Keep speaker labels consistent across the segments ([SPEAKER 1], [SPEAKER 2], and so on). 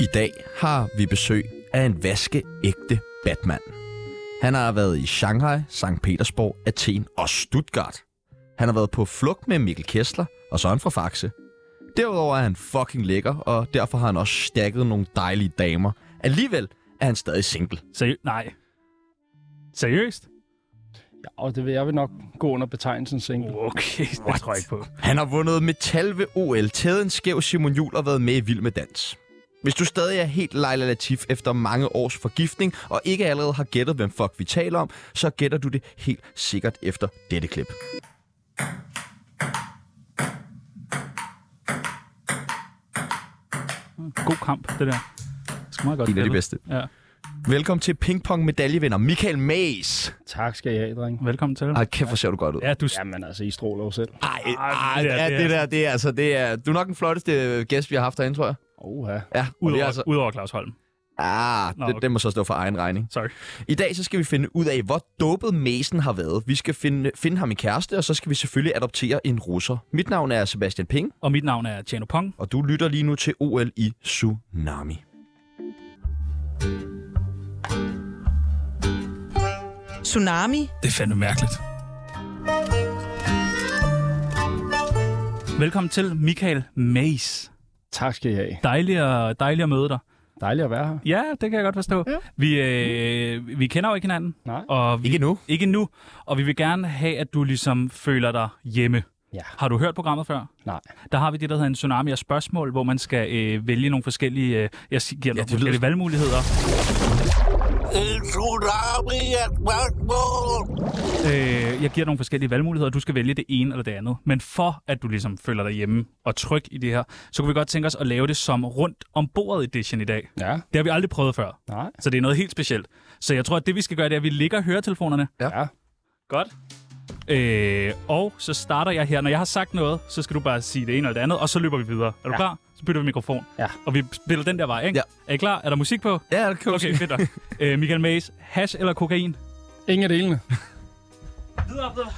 [SPEAKER 1] I dag har vi besøg af en vaskeægte Batman. Han har været i Shanghai, St. Petersborg, Athen og Stuttgart. Han har været på flugt med Mikkel Kessler, og så er han fra Faxe. Derudover er han fucking lækker, og derfor har han også stakket nogle dejlige damer. Alligevel er han stadig single.
[SPEAKER 2] Seriøst? Nej. Seriøst?
[SPEAKER 3] Ja, og det vil jeg vil nok gå under betegnelsen single.
[SPEAKER 2] Okay, What? det tror jeg ikke på.
[SPEAKER 1] Han har vundet metal ved OL, taget en skæv Simon Jul og været med i Vild med Dans. Hvis du stadig er helt Leila Latif efter mange års forgiftning, og ikke allerede har gættet, hvem fuck vi taler om, så gætter du det helt sikkert efter dette klip.
[SPEAKER 2] God kamp, det der. Sgu meget godt
[SPEAKER 1] En af de
[SPEAKER 2] spillet.
[SPEAKER 1] bedste.
[SPEAKER 2] Ja.
[SPEAKER 1] Velkommen til pingpong medaljevinder Michael Mays.
[SPEAKER 3] Tak skal I have, dreng.
[SPEAKER 2] Velkommen til.
[SPEAKER 1] Ej, kæft, hvor ser du godt ud.
[SPEAKER 2] Ja, du... Ja.
[SPEAKER 3] Jamen altså, I stråler jo selv.
[SPEAKER 1] Ej,
[SPEAKER 2] Ej,
[SPEAKER 1] ej,
[SPEAKER 2] Ah, det er-
[SPEAKER 1] ja,
[SPEAKER 2] det er-
[SPEAKER 1] det der, det er altså, det er, du er nok den flotteste gæst, vi har haft herinde, tror jeg.
[SPEAKER 3] Oha.
[SPEAKER 1] Ja, og det
[SPEAKER 2] Udover,
[SPEAKER 1] er altså,
[SPEAKER 2] udover Claus Holm.
[SPEAKER 1] ah,
[SPEAKER 2] Nå,
[SPEAKER 1] det,
[SPEAKER 2] okay.
[SPEAKER 1] det, må så stå for egen regning.
[SPEAKER 2] Sorry.
[SPEAKER 1] I dag så skal vi finde ud af, hvor dopet Mason har været. Vi skal finde, finde ham i kæreste, og så skal vi selvfølgelig adoptere en russer. Mit navn er Sebastian Ping,
[SPEAKER 2] Og mit navn er Tjano Pong.
[SPEAKER 1] og du lytter lige nu til OL i Tsunami.
[SPEAKER 4] Tsunami.
[SPEAKER 2] Det er fandme mærkeligt. Velkommen til, Michael Mays.
[SPEAKER 3] Tak skal I have.
[SPEAKER 2] Dejligt at, dejligt at møde dig.
[SPEAKER 3] Dejligt at være her.
[SPEAKER 2] Ja, det kan jeg godt forstå. Ja. Vi, øh, vi kender jo ikke hinanden.
[SPEAKER 3] Nej.
[SPEAKER 2] Og vi,
[SPEAKER 1] Ikke nu.
[SPEAKER 2] ikke nu. Og vi vil gerne have, at du ligesom føler dig hjemme.
[SPEAKER 3] Ja.
[SPEAKER 2] Har du hørt programmet før?
[SPEAKER 3] Nej.
[SPEAKER 2] Der har vi det, der hedder en tsunami af spørgsmål, hvor man skal øh, vælge nogle forskellige, øh, jeg si- giver ja, nogle
[SPEAKER 1] det lyder-
[SPEAKER 2] forskellige valgmuligheder.
[SPEAKER 5] En tsunami af spørgsmål.
[SPEAKER 2] Øh, jeg giver nogle forskellige valgmuligheder, og du skal vælge det ene eller det andet. Men for at du ligesom føler dig hjemme og tryg i det her, så kunne vi godt tænke os at lave det som rundt om bordet edition i dag.
[SPEAKER 3] Ja.
[SPEAKER 2] Det har vi aldrig prøvet før,
[SPEAKER 3] Nej.
[SPEAKER 2] så det er noget helt specielt. Så jeg tror, at det vi skal gøre, det er, at vi ligger høretelefonerne.
[SPEAKER 3] Ja. ja.
[SPEAKER 2] Godt. Øh, og så starter jeg her. Når jeg har sagt noget, så skal du bare sige det ene eller det andet, og så løber vi videre. Er du
[SPEAKER 3] Ja.
[SPEAKER 2] klar? Så bytter vi mikrofon.
[SPEAKER 3] Ja.
[SPEAKER 2] Og vi spiller den der vej, ikke?
[SPEAKER 1] Ja.
[SPEAKER 2] Er I klar? Er der musik på?
[SPEAKER 1] Ja, det kan
[SPEAKER 2] Okay, fedt nok. øh, Michael Mays, hash eller kokain?
[SPEAKER 3] Ingen af delene.
[SPEAKER 2] Videre, videre.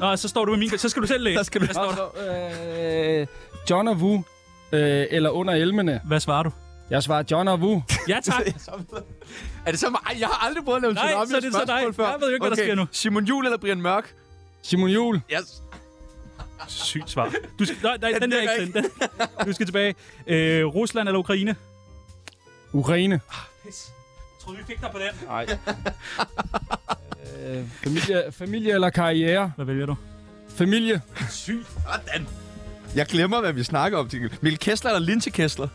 [SPEAKER 2] Nå, så står du med min... Så skal du selv læse.
[SPEAKER 1] Der skal du-
[SPEAKER 2] Hvad, står der?
[SPEAKER 3] øh, John og Wu. Øh, eller under elmene.
[SPEAKER 2] Hvad svarer du?
[SPEAKER 3] Jeg svarer John og Wu.
[SPEAKER 2] Ja, tak.
[SPEAKER 1] Er det så mig? Ej, Jeg har aldrig prøvet at lave en
[SPEAKER 2] Nej,
[SPEAKER 1] tsunami
[SPEAKER 2] så er det så
[SPEAKER 1] spørgsmål
[SPEAKER 2] dig.
[SPEAKER 1] før.
[SPEAKER 2] Jeg ved jo ikke, hvad der sker nu.
[SPEAKER 1] Simon Jul eller Brian Mørk?
[SPEAKER 3] Simon Jul.
[SPEAKER 1] Yes.
[SPEAKER 2] Sygt svar. Du skal, nej, nej, den der
[SPEAKER 1] virker
[SPEAKER 2] ikke. Den, den. Du skal tilbage. Øh, Rusland eller Ukraine?
[SPEAKER 3] Ukraine.
[SPEAKER 2] Ah, Tror vi fik dig på den.
[SPEAKER 3] Nej. øh, familie, familie eller karriere?
[SPEAKER 2] Hvad vælger du?
[SPEAKER 3] Familie.
[SPEAKER 2] Sygt.
[SPEAKER 1] Jeg glemmer, hvad vi snakker om. Mikkel Mikkel Kessler eller Linse Kessler?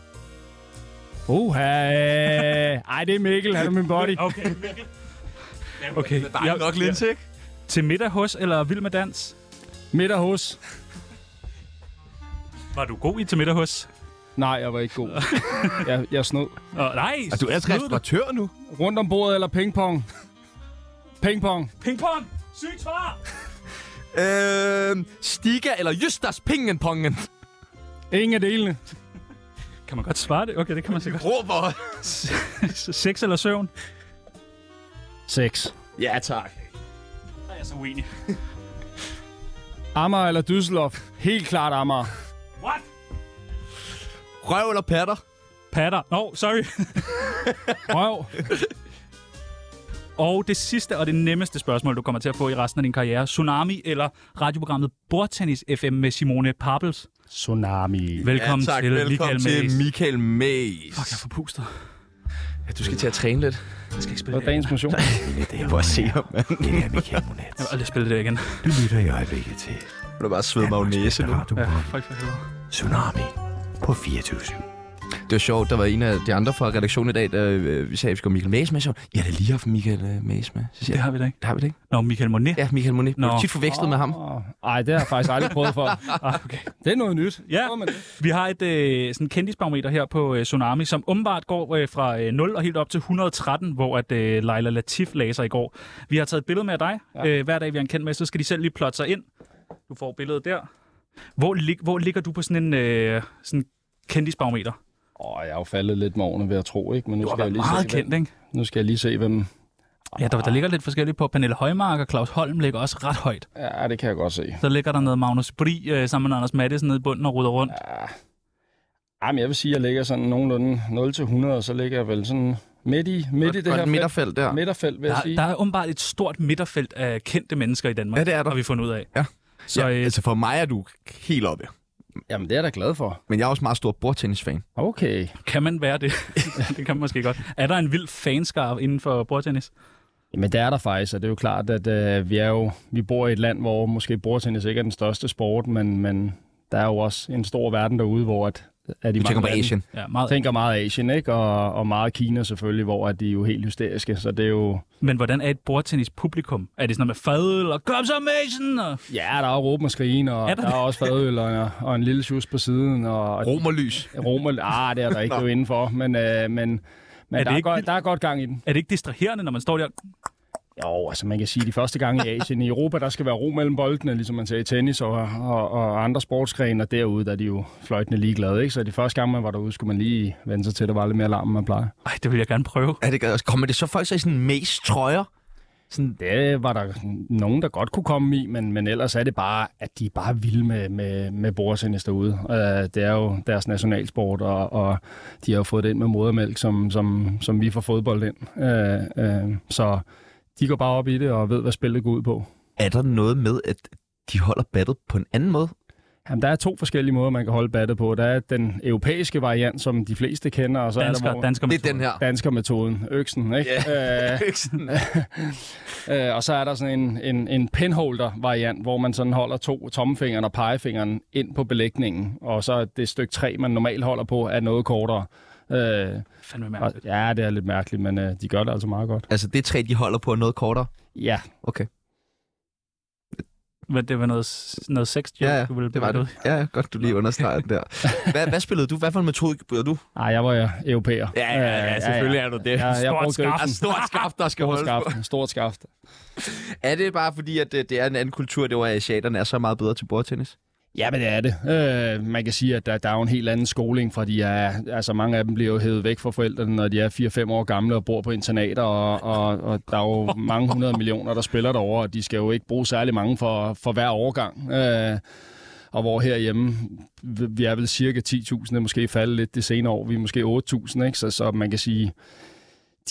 [SPEAKER 3] Oha. Ej, det er Mikkel. Han er min body.
[SPEAKER 2] Okay. Okay.
[SPEAKER 1] Der er ja, nok Linse, ikke?
[SPEAKER 2] Til middag hos eller vild med dans?
[SPEAKER 3] Middag hos.
[SPEAKER 2] Var du god i til middag hos?
[SPEAKER 3] Nej, jeg var ikke god. jeg, jeg snod.
[SPEAKER 2] Oh, nej.
[SPEAKER 1] Og du er altså
[SPEAKER 2] snød du.
[SPEAKER 1] restauratør nu.
[SPEAKER 3] Rundt om bordet eller pingpong? Pingpong.
[SPEAKER 2] Pingpong. Sygt svar.
[SPEAKER 1] Øh, Stiga eller Justas Pingenpongen?
[SPEAKER 3] Ingen af delene.
[SPEAKER 2] Kan man godt svare det? Okay, det kan man sikkert.
[SPEAKER 1] Råber.
[SPEAKER 2] Sex eller søvn?
[SPEAKER 3] Sex.
[SPEAKER 1] Ja, tak.
[SPEAKER 2] Nej, jeg er så uenig.
[SPEAKER 3] Amager eller Düsseldorf? Helt klart Amager.
[SPEAKER 2] What?
[SPEAKER 1] Røv eller patter?
[SPEAKER 2] Patter. Nå, no, sorry.
[SPEAKER 3] Røv.
[SPEAKER 2] Og det sidste og det nemmeste spørgsmål, du kommer til at få i resten af din karriere. Tsunami eller radioprogrammet Bordtennis FM med Simone Pappels.
[SPEAKER 3] Tsunami.
[SPEAKER 2] Velkommen
[SPEAKER 1] ja, tak.
[SPEAKER 2] til
[SPEAKER 1] Velkommen
[SPEAKER 2] Michael
[SPEAKER 1] til
[SPEAKER 2] Mays.
[SPEAKER 1] Michael Mays.
[SPEAKER 2] Fuck, jeg forpuster.
[SPEAKER 1] Ja, du skal til at træne lidt.
[SPEAKER 2] Jeg skal ikke spille
[SPEAKER 3] Det
[SPEAKER 2] det
[SPEAKER 3] var dagens motion.
[SPEAKER 1] Det er bare se ham, mand.
[SPEAKER 2] igen. Jeg vil aldrig spille det igen.
[SPEAKER 1] Du bare svede magnese nu.
[SPEAKER 2] Ja, fuck for helvede.
[SPEAKER 1] Det var sjovt, der var en af de andre fra redaktionen i dag, der øh, vi sagde, at vi skulle have Michael Mays med. Så var hun, ja, det er lige haft Michael øh, Mays med. Så siger
[SPEAKER 2] Det
[SPEAKER 1] jeg,
[SPEAKER 2] har vi da ikke.
[SPEAKER 1] har vi det ikke?
[SPEAKER 2] Nå, Michael Monet.
[SPEAKER 1] Ja, Michael Monet.
[SPEAKER 2] Nå.
[SPEAKER 1] Blev tit forvekslet med ham.
[SPEAKER 3] Åh, Ej, det har jeg faktisk aldrig prøvet for.
[SPEAKER 2] Ah, okay.
[SPEAKER 3] Det er noget nyt.
[SPEAKER 2] Ja.
[SPEAKER 3] Prøver man det?
[SPEAKER 2] Vi har et øh, sådan kendisbarometer her på øh, Tsunami, som umiddelbart går øh, fra øh, 0 og helt op til 113, hvor at øh, Leila Latif læser i går. Vi har taget et billede med af dig. Ja. Øh, hver dag, vi har en kendt med, så skal de selv lige plotte sig ind. Du får billedet der. Hvor, lig, hvor ligger du på sådan en øh, sådan kendisbarometer?
[SPEAKER 3] Åh, jeg er jo faldet lidt med årene ved at tro, ikke? Men nu
[SPEAKER 2] Du har
[SPEAKER 3] skal jeg
[SPEAKER 2] været
[SPEAKER 3] lige
[SPEAKER 2] meget
[SPEAKER 3] se, hvem-
[SPEAKER 2] kendt, ikke?
[SPEAKER 3] Nu skal jeg lige se, hvem
[SPEAKER 2] Ja, der, der ligger lidt forskelligt på. Pernille Højmark og Claus Holm ligger også ret højt.
[SPEAKER 6] Ja, det kan jeg godt se.
[SPEAKER 2] Så ligger der noget Magnus Bri øh, sammen med Anders Mattesen nede i bunden og ruder rundt.
[SPEAKER 6] Jamen, jeg vil sige, at jeg ligger sådan nogenlunde 0 til 100, og så ligger jeg vel sådan midt i, midt i det
[SPEAKER 1] og
[SPEAKER 6] her
[SPEAKER 1] et midterfelt der.
[SPEAKER 6] felt. Midterfelt, vil jeg
[SPEAKER 2] Der,
[SPEAKER 6] sige.
[SPEAKER 2] der er åbenbart et stort midterfelt af kendte mennesker i Danmark.
[SPEAKER 1] Ja, det er der.
[SPEAKER 2] Har vi fundet ud af.
[SPEAKER 1] Ja.
[SPEAKER 2] Så
[SPEAKER 1] ja,
[SPEAKER 2] øh,
[SPEAKER 1] altså for mig er du helt oppe.
[SPEAKER 6] Jamen, det er jeg da glad for.
[SPEAKER 1] Men jeg er også meget stor bordtennisfan.
[SPEAKER 6] Okay.
[SPEAKER 2] kan man være det? det kan man måske godt. Er der en vild fanskar inden for bordtennis?
[SPEAKER 6] Jamen, det er der faktisk, og det er jo klart, at øh, vi, er jo, vi bor i et land, hvor måske bordtennis ikke er den største sport, men, men der er jo også en stor verden derude, hvor at, at de
[SPEAKER 1] Du tænker på Asien.
[SPEAKER 2] Ja, meget.
[SPEAKER 6] tænker meget Asien, ikke? Og, og meget Kina selvfølgelig, hvor at de er jo helt hysteriske, så det er jo...
[SPEAKER 2] Men hvordan er et bordtennis-publikum? Er det sådan noget med fadøl og kom så, Mason? Og...
[SPEAKER 6] Ja, der er jo råben og skrigen, og
[SPEAKER 2] Er
[SPEAKER 6] er
[SPEAKER 2] der
[SPEAKER 6] der, der er
[SPEAKER 2] det?
[SPEAKER 6] også fadøl og, og en lille sjus på siden, og, og
[SPEAKER 1] Romerlys.
[SPEAKER 6] Romer, ah, det er der ikke, det er jo indenfor, men, øh, men,
[SPEAKER 2] det
[SPEAKER 6] men er der, er
[SPEAKER 2] ikke
[SPEAKER 6] godt,
[SPEAKER 2] vildt?
[SPEAKER 6] der er godt gang i den.
[SPEAKER 2] Er det ikke distraherende, når man står der?
[SPEAKER 6] Jo, altså man kan sige, de første gange i Asien, i Europa, der skal være ro mellem boldene, ligesom man ser i tennis og, og, og andre sportsgrene, og derude, der er de jo fløjtende ligeglade, ikke? Så de første gange, man var derude, skulle man lige vende sig til, at der var lidt mere larm, end man plejer.
[SPEAKER 2] Ej, det vil jeg gerne prøve.
[SPEAKER 1] Er det, altså, kommer det så folk så i sådan mace-trøjer? Sådan,
[SPEAKER 6] Det var der nogen, der godt kunne komme i, men, men ellers er det bare, at de er bare vilde med, med, med bordtennis derude. Uh, det er jo deres nationalsport, og, og de har jo fået det ind med modermælk, som, som, som vi får fodbold ind. Uh, uh, så de går bare op i det og ved, hvad spillet går ud på.
[SPEAKER 1] er der noget med, at de holder battet på en anden måde?
[SPEAKER 6] Jamen, der er to forskellige måder, man kan holde battet på. Der er den europæiske variant, som de fleste kender, og så er der
[SPEAKER 2] Dansker,
[SPEAKER 6] hvor-
[SPEAKER 2] dansker
[SPEAKER 1] Det er den her.
[SPEAKER 6] danskermetoden, øksen, ikke? Yeah. Øh, og så er der sådan en, en, en pinholder-variant, hvor man sådan holder to tommefingeren og pegefingeren ind på belægningen, og så er det stykke tre, man normalt holder på, er noget kortere. Øh,
[SPEAKER 2] Fandme
[SPEAKER 6] og,
[SPEAKER 2] mærkeligt.
[SPEAKER 6] ja, det er lidt mærkeligt, men øh, de gør det altså meget godt.
[SPEAKER 1] Altså, det træ, de holder på, er noget kortere.
[SPEAKER 6] Ja,
[SPEAKER 1] Okay.
[SPEAKER 2] Men det var noget, s- noget sex joke, du ville
[SPEAKER 1] det var
[SPEAKER 2] putte
[SPEAKER 1] det. Ja, ja, godt, du lige understreger det der. Hvad, hvad spillede du? Hvad for en metode bruger du?
[SPEAKER 6] nej, jeg var ja, europæer.
[SPEAKER 1] er du det.
[SPEAKER 6] Ja, jeg, jeg brugte
[SPEAKER 1] Der er
[SPEAKER 6] øksen.
[SPEAKER 1] stort skaft, der skal
[SPEAKER 6] Stort
[SPEAKER 1] holde på.
[SPEAKER 6] skaft, stort skaft.
[SPEAKER 1] Er det bare fordi, at det, det er en anden kultur, det var, at asiaterne er så meget bedre til bordtennis?
[SPEAKER 6] Ja, men det er det. Øh, man kan sige, at der, der er jo en helt anden skoling, for de er, altså mange af dem bliver jo hævet væk fra forældrene, når de er 4-5 år gamle og bor på internater, og, og, og der er jo mange hundrede millioner, der spiller derovre, og de skal jo ikke bruge særlig mange for, for hver årgang. Øh, og hvor herhjemme, vi- vi er vel cirka 10.000, det er måske faldet lidt det senere år, vi er måske 8.000, ikke? Så, så man kan sige,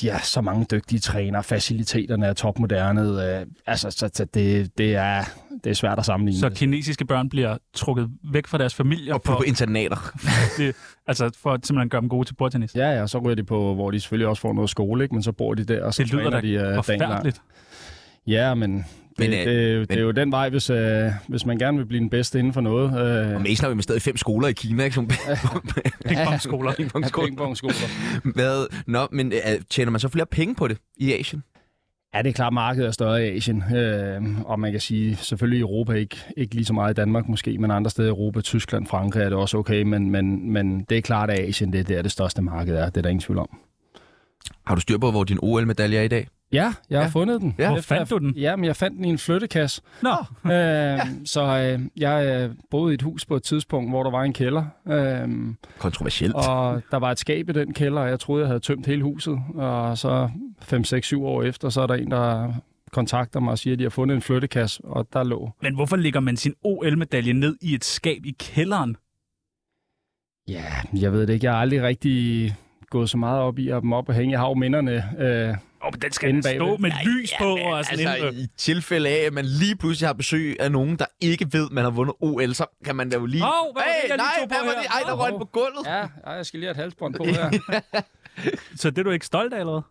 [SPEAKER 6] de er så mange dygtige trænere, faciliteterne er topmoderne, øh, altså så, så det, det, er, det er svært at sammenligne.
[SPEAKER 2] Så kinesiske børn bliver trukket væk fra deres familier
[SPEAKER 1] Og
[SPEAKER 2] for,
[SPEAKER 1] på internater.
[SPEAKER 2] det, altså for at simpelthen gøre dem gode til bordtennis.
[SPEAKER 6] Ja, ja, så ryger de på, hvor de selvfølgelig også får noget skole, ikke? men så bor de der, og så
[SPEAKER 2] Det lyder
[SPEAKER 6] træner
[SPEAKER 2] da
[SPEAKER 6] de øh, dagen lang.
[SPEAKER 2] forfærdeligt.
[SPEAKER 6] Ja, men det,
[SPEAKER 1] Men,
[SPEAKER 6] men,
[SPEAKER 1] øh,
[SPEAKER 6] det, det, det
[SPEAKER 1] men-
[SPEAKER 6] er jo den vej, hvis, øh, hvis man gerne vil blive den bedste inden for noget.
[SPEAKER 1] Og
[SPEAKER 6] Øh,
[SPEAKER 1] Mason har jo investeret i fem skoler i Kina, ikke? Som
[SPEAKER 2] Pingpongskoler.
[SPEAKER 6] pingpongskoler.
[SPEAKER 1] Hvad? Nå, men øh, tjener man så flere penge på det i Asien?
[SPEAKER 6] Ja, det er klart, markedet er større i Asien, øh, og man kan sige, selvfølgelig i Europa ikke, ikke lige så meget i Danmark måske, men andre steder i Europa, Tyskland, Frankrig er det også okay, men, men, men det er klart, at Asien det er der, det største marked er, det er der ingen tvivl om.
[SPEAKER 1] Har du styr på, hvor din OL-medalje er i dag?
[SPEAKER 6] Ja, jeg har
[SPEAKER 1] Ja.
[SPEAKER 6] fundet den.
[SPEAKER 1] Ja.
[SPEAKER 2] Hvor
[SPEAKER 6] Efter-
[SPEAKER 2] fandt du den?
[SPEAKER 6] Jamen, jeg fandt den i en flyttekasse.
[SPEAKER 2] Nå,
[SPEAKER 6] Øh, Så øh, jeg øh, boede i et hus på et tidspunkt, hvor der var en kælder, øh,
[SPEAKER 1] Kontroversielt.
[SPEAKER 6] og der var et skab i den kælder, og jeg troede, jeg havde tømt hele huset. Og så 5, 6, 7 år efter, så er der en, der kontakter mig og siger, at de har fundet en flyttekasse, og der lå...
[SPEAKER 2] men hvorfor lægger man sin OL-medalje ned i et skab i kælderen?
[SPEAKER 6] Ja, jeg ved det ikke. Jeg har aldrig rigtig gået så meget op i at have dem op og hænge. Jeg har jo minderne. Øh,
[SPEAKER 2] Åh, men den skal
[SPEAKER 6] Inde
[SPEAKER 2] da stå
[SPEAKER 6] bagved.
[SPEAKER 2] med lys på og sådan
[SPEAKER 1] altså,
[SPEAKER 2] en, øh,
[SPEAKER 1] i tilfælde af, at man lige pludselig har besøg af nogen, der ikke ved, man har vundet OL, så kan man da jo lige...
[SPEAKER 2] Hov, øh. hvad var det, jeg lige
[SPEAKER 1] nej,
[SPEAKER 2] tog på
[SPEAKER 1] hvad var
[SPEAKER 2] her?
[SPEAKER 1] det? Ej, der
[SPEAKER 2] Hov.
[SPEAKER 1] røg den på gulvet. Ja.
[SPEAKER 6] ja, ej, jeg skal lige have et halsbånd på her.
[SPEAKER 2] Så det er du ikke stolt af, eller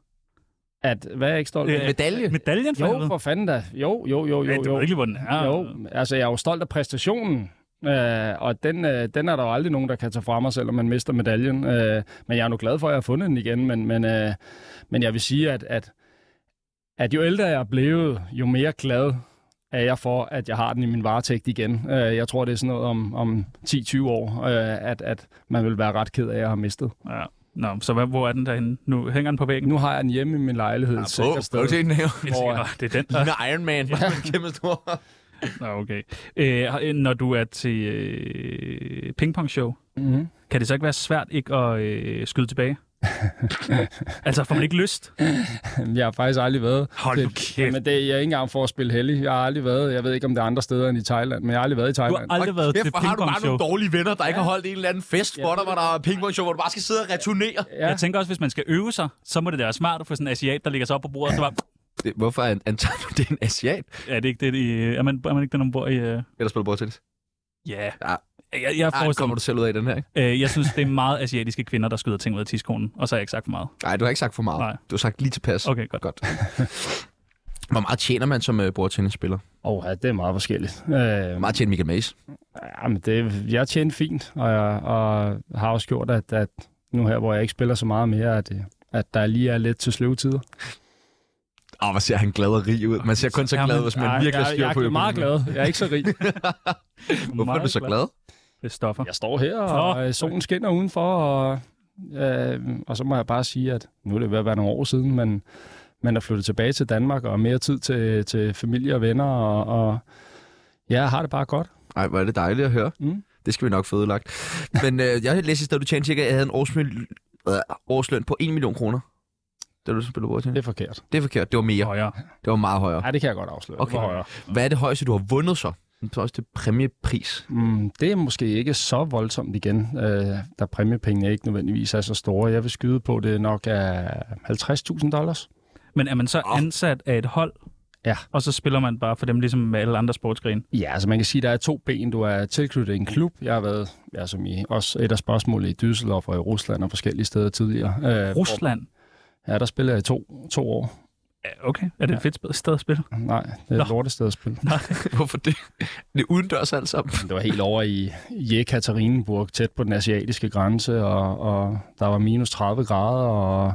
[SPEAKER 6] At, hvad er jeg ikke stolt
[SPEAKER 2] hvad?
[SPEAKER 6] af?
[SPEAKER 1] Medalje.
[SPEAKER 2] Øh, Medaljen for
[SPEAKER 6] Jo,
[SPEAKER 2] helvede.
[SPEAKER 6] for fanden da. Jo, jo, jo,
[SPEAKER 2] Ja,
[SPEAKER 6] jo,
[SPEAKER 2] du
[SPEAKER 6] jo.
[SPEAKER 2] ved ikke, lige, hvor den er.
[SPEAKER 6] Jo, altså jeg er jo stolt af præstationen, øh, og den, øh, den er der jo aldrig nogen, der kan tage fra mig, selvom man mister medaljen. Øh, men jeg er nu glad for, at jeg har fundet den igen, men, men, øh, men jeg vil sige, at, at, at jo ældre jeg er blevet, jo mere glad er jeg for, at jeg har den i min varetægt igen. Øh, jeg tror, det er sådan noget om, om 10-20 år, øh, at, at man vil være ret ked af, at jeg har mistet.
[SPEAKER 2] Ja. Nå, så hvad, hvor er den derhenne? Nu hænger den på væggen.
[SPEAKER 6] Nu har jeg den hjemme i min lejlighed.
[SPEAKER 1] Ah,
[SPEAKER 6] et sikkert
[SPEAKER 1] Prøv,
[SPEAKER 6] sted.
[SPEAKER 1] prøv til den her.
[SPEAKER 2] Jeg tænker,
[SPEAKER 6] hvor-
[SPEAKER 2] "Åh, Det er den.
[SPEAKER 1] Ligner Iron Man. Kæmpe stor.
[SPEAKER 2] Nå, okay. Øh, når du er til øh, pingpong-show,
[SPEAKER 6] Mhm.
[SPEAKER 2] kan det så ikke være svært ikke at øh, skyde tilbage? Altså, får man ikke lyst?
[SPEAKER 6] Jeg har faktisk aldrig været.
[SPEAKER 2] Hold nu
[SPEAKER 6] til-
[SPEAKER 2] kæft.
[SPEAKER 6] Men det, jeg er ikke engang for at spille heldig. Jeg har aldrig været. Jeg ved ikke, om det er andre steder end i Thailand, men jeg har aldrig været i
[SPEAKER 2] Du har
[SPEAKER 6] Thailand.
[SPEAKER 2] aldrig været til
[SPEAKER 1] Kæft, hvor har du bare
[SPEAKER 2] pingpongshow.
[SPEAKER 1] nogle dårlige venner, der ikke har holdt en eller anden fest for dig, hvor der er pingpongshow, hvor du bare skal sidde og returnere.
[SPEAKER 6] Ja.
[SPEAKER 2] Jeg tænker også, hvis man skal øve sig, så må det være smart at få sådan en asiat, der ligger sig op på bordet, og så bare,
[SPEAKER 1] Det, hvorfor an- antager du, det er en asiat?
[SPEAKER 2] er det ikke det, de, er, man, er man ikke den ombord i... øh?
[SPEAKER 1] Eller spiller bordtennis?
[SPEAKER 2] Ja.
[SPEAKER 1] Ja.
[SPEAKER 2] Jeg, jeg,
[SPEAKER 1] Ej,
[SPEAKER 2] forestiller,
[SPEAKER 1] kommer du selv ud af den her, ikke?
[SPEAKER 2] øh, jeg synes, det er meget asiatiske kvinder, der skyder ting ud af tidskonen, og så har jeg ikke sagt for meget.
[SPEAKER 1] Nej, du har ikke sagt for meget.
[SPEAKER 2] Nej.
[SPEAKER 1] Du har sagt lige tilpas.
[SPEAKER 2] Okay, godt.
[SPEAKER 1] Godt. Hvor meget tjener man som uh, bordtennisspiller?
[SPEAKER 6] Åh, ja, det er meget forskelligt. Øh,
[SPEAKER 1] Hvor meget tjener Michael Mays?
[SPEAKER 6] Jamen, det, jeg tjente fint, og, jeg, og har også gjort, at, at nu her, hvor jeg ikke spiller så meget mere, at, øh, at der lige er lidt til sløve tider.
[SPEAKER 1] Åh, oh, hvor ser han glad og rig ud. Man ser kun så
[SPEAKER 2] Jamen,
[SPEAKER 1] glad, hvis man
[SPEAKER 6] Ej,
[SPEAKER 1] virkelig har
[SPEAKER 6] jeg,
[SPEAKER 1] styr
[SPEAKER 6] jeg,
[SPEAKER 1] på
[SPEAKER 6] jeg er meget
[SPEAKER 1] økonomien.
[SPEAKER 6] glad. Jeg er ikke så rig.
[SPEAKER 1] Hvorfor er du så glad?
[SPEAKER 2] Det stoffer.
[SPEAKER 6] Jeg står her, og øh, solen skinner udenfor, og, øh, og så må jeg bare sige, at nu er det ved at være nogle år siden, men man er flyttet tilbage til Danmark, og mere tid til, til familie og venner, og, og ja, jeg har det bare godt.
[SPEAKER 1] Nej, hvor er det dejligt at høre. Mm.
[SPEAKER 6] Mm.
[SPEAKER 1] Det skal vi nok få ødelagt. Men øh, jeg læste i stedet, du tjente cirka, at jeg havde en årsløn, øh, årsløn på 1 million kroner. Det er du spiller bordtennis.
[SPEAKER 6] Det er forkert.
[SPEAKER 1] Det er forkert. Det var mere.
[SPEAKER 2] Højere.
[SPEAKER 1] Det var meget højere.
[SPEAKER 6] Ja, det kan jeg godt afsløre.
[SPEAKER 1] Okay.
[SPEAKER 6] Det, var højere.
[SPEAKER 1] Hvad er det højeste, du har vundet så? Det er også det præmiepris.
[SPEAKER 6] Mm, det er måske ikke så voldsomt igen, øh, da præmiepengene ikke nødvendigvis er så store. Jeg vil skyde på, det nok er 50.000 dollars.
[SPEAKER 2] Men er man så ansat af et hold,
[SPEAKER 6] Ja.
[SPEAKER 2] og så spiller man bare for dem, ligesom med alle andre sportsgrene?
[SPEAKER 6] Ja, altså man kan sige, at der er to ben. Du er tilknyttet en klub. Jeg har været, ja, som I, også et af spørgsmålene i Düsseldorf og i Rusland og forskellige steder tidligere. Øh,
[SPEAKER 2] Rusland?
[SPEAKER 6] hvor- Ja, der spiller jeg i to, to år.
[SPEAKER 2] Ja, Okay, er det et fedt sp- sted at spille?
[SPEAKER 6] Nej, det er
[SPEAKER 2] Nå.
[SPEAKER 6] et lortested at spille.
[SPEAKER 1] Hvorfor det? Det er udendørs alt sammen.
[SPEAKER 6] Det var helt over i Jekaterinburg, tæt på den asiatiske grænse, og, og der var minus 30 grader, og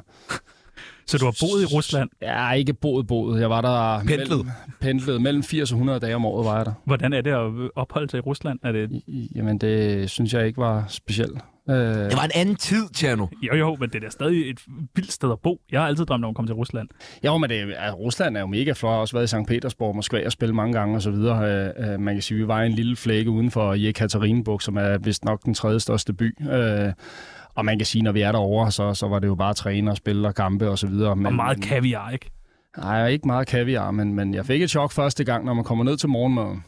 [SPEAKER 2] Så du har boet i Rusland.
[SPEAKER 6] Jeg er ikke boet boet. Jeg var der
[SPEAKER 1] Pendlet.
[SPEAKER 6] Mellem, pendlet. Mellem 80 og 100 dage om året var jeg der.
[SPEAKER 2] Hvordan er det at opholde sig i Rusland? Er det...
[SPEAKER 6] I- I- Jamen, det synes jeg ikke var specielt. Øh,
[SPEAKER 1] Det var en anden tid, Tjerno.
[SPEAKER 2] Jo, jo, men det er da stadig et vildt sted at bo. Jeg har altid drømt om at komme til Rusland.
[SPEAKER 6] jo, men det, altså, Rusland er jo mega flot. Jeg har også været i St. Petersborg og Moskva og spille mange gange osv. Øh, øh, man kan sige, vi var i en lille flække uden for Jekaterinburg, som er vist nok den tredje største by. Øh, og man kan sige, når vi er derovre, så, så var det jo bare at træne og spille og kampe og så videre. Men,
[SPEAKER 2] Og meget kaviar, ikke?
[SPEAKER 6] Nej, ikke meget kaviar, men, men jeg fik et chok første gang, når man kommer ned til morgenmaden,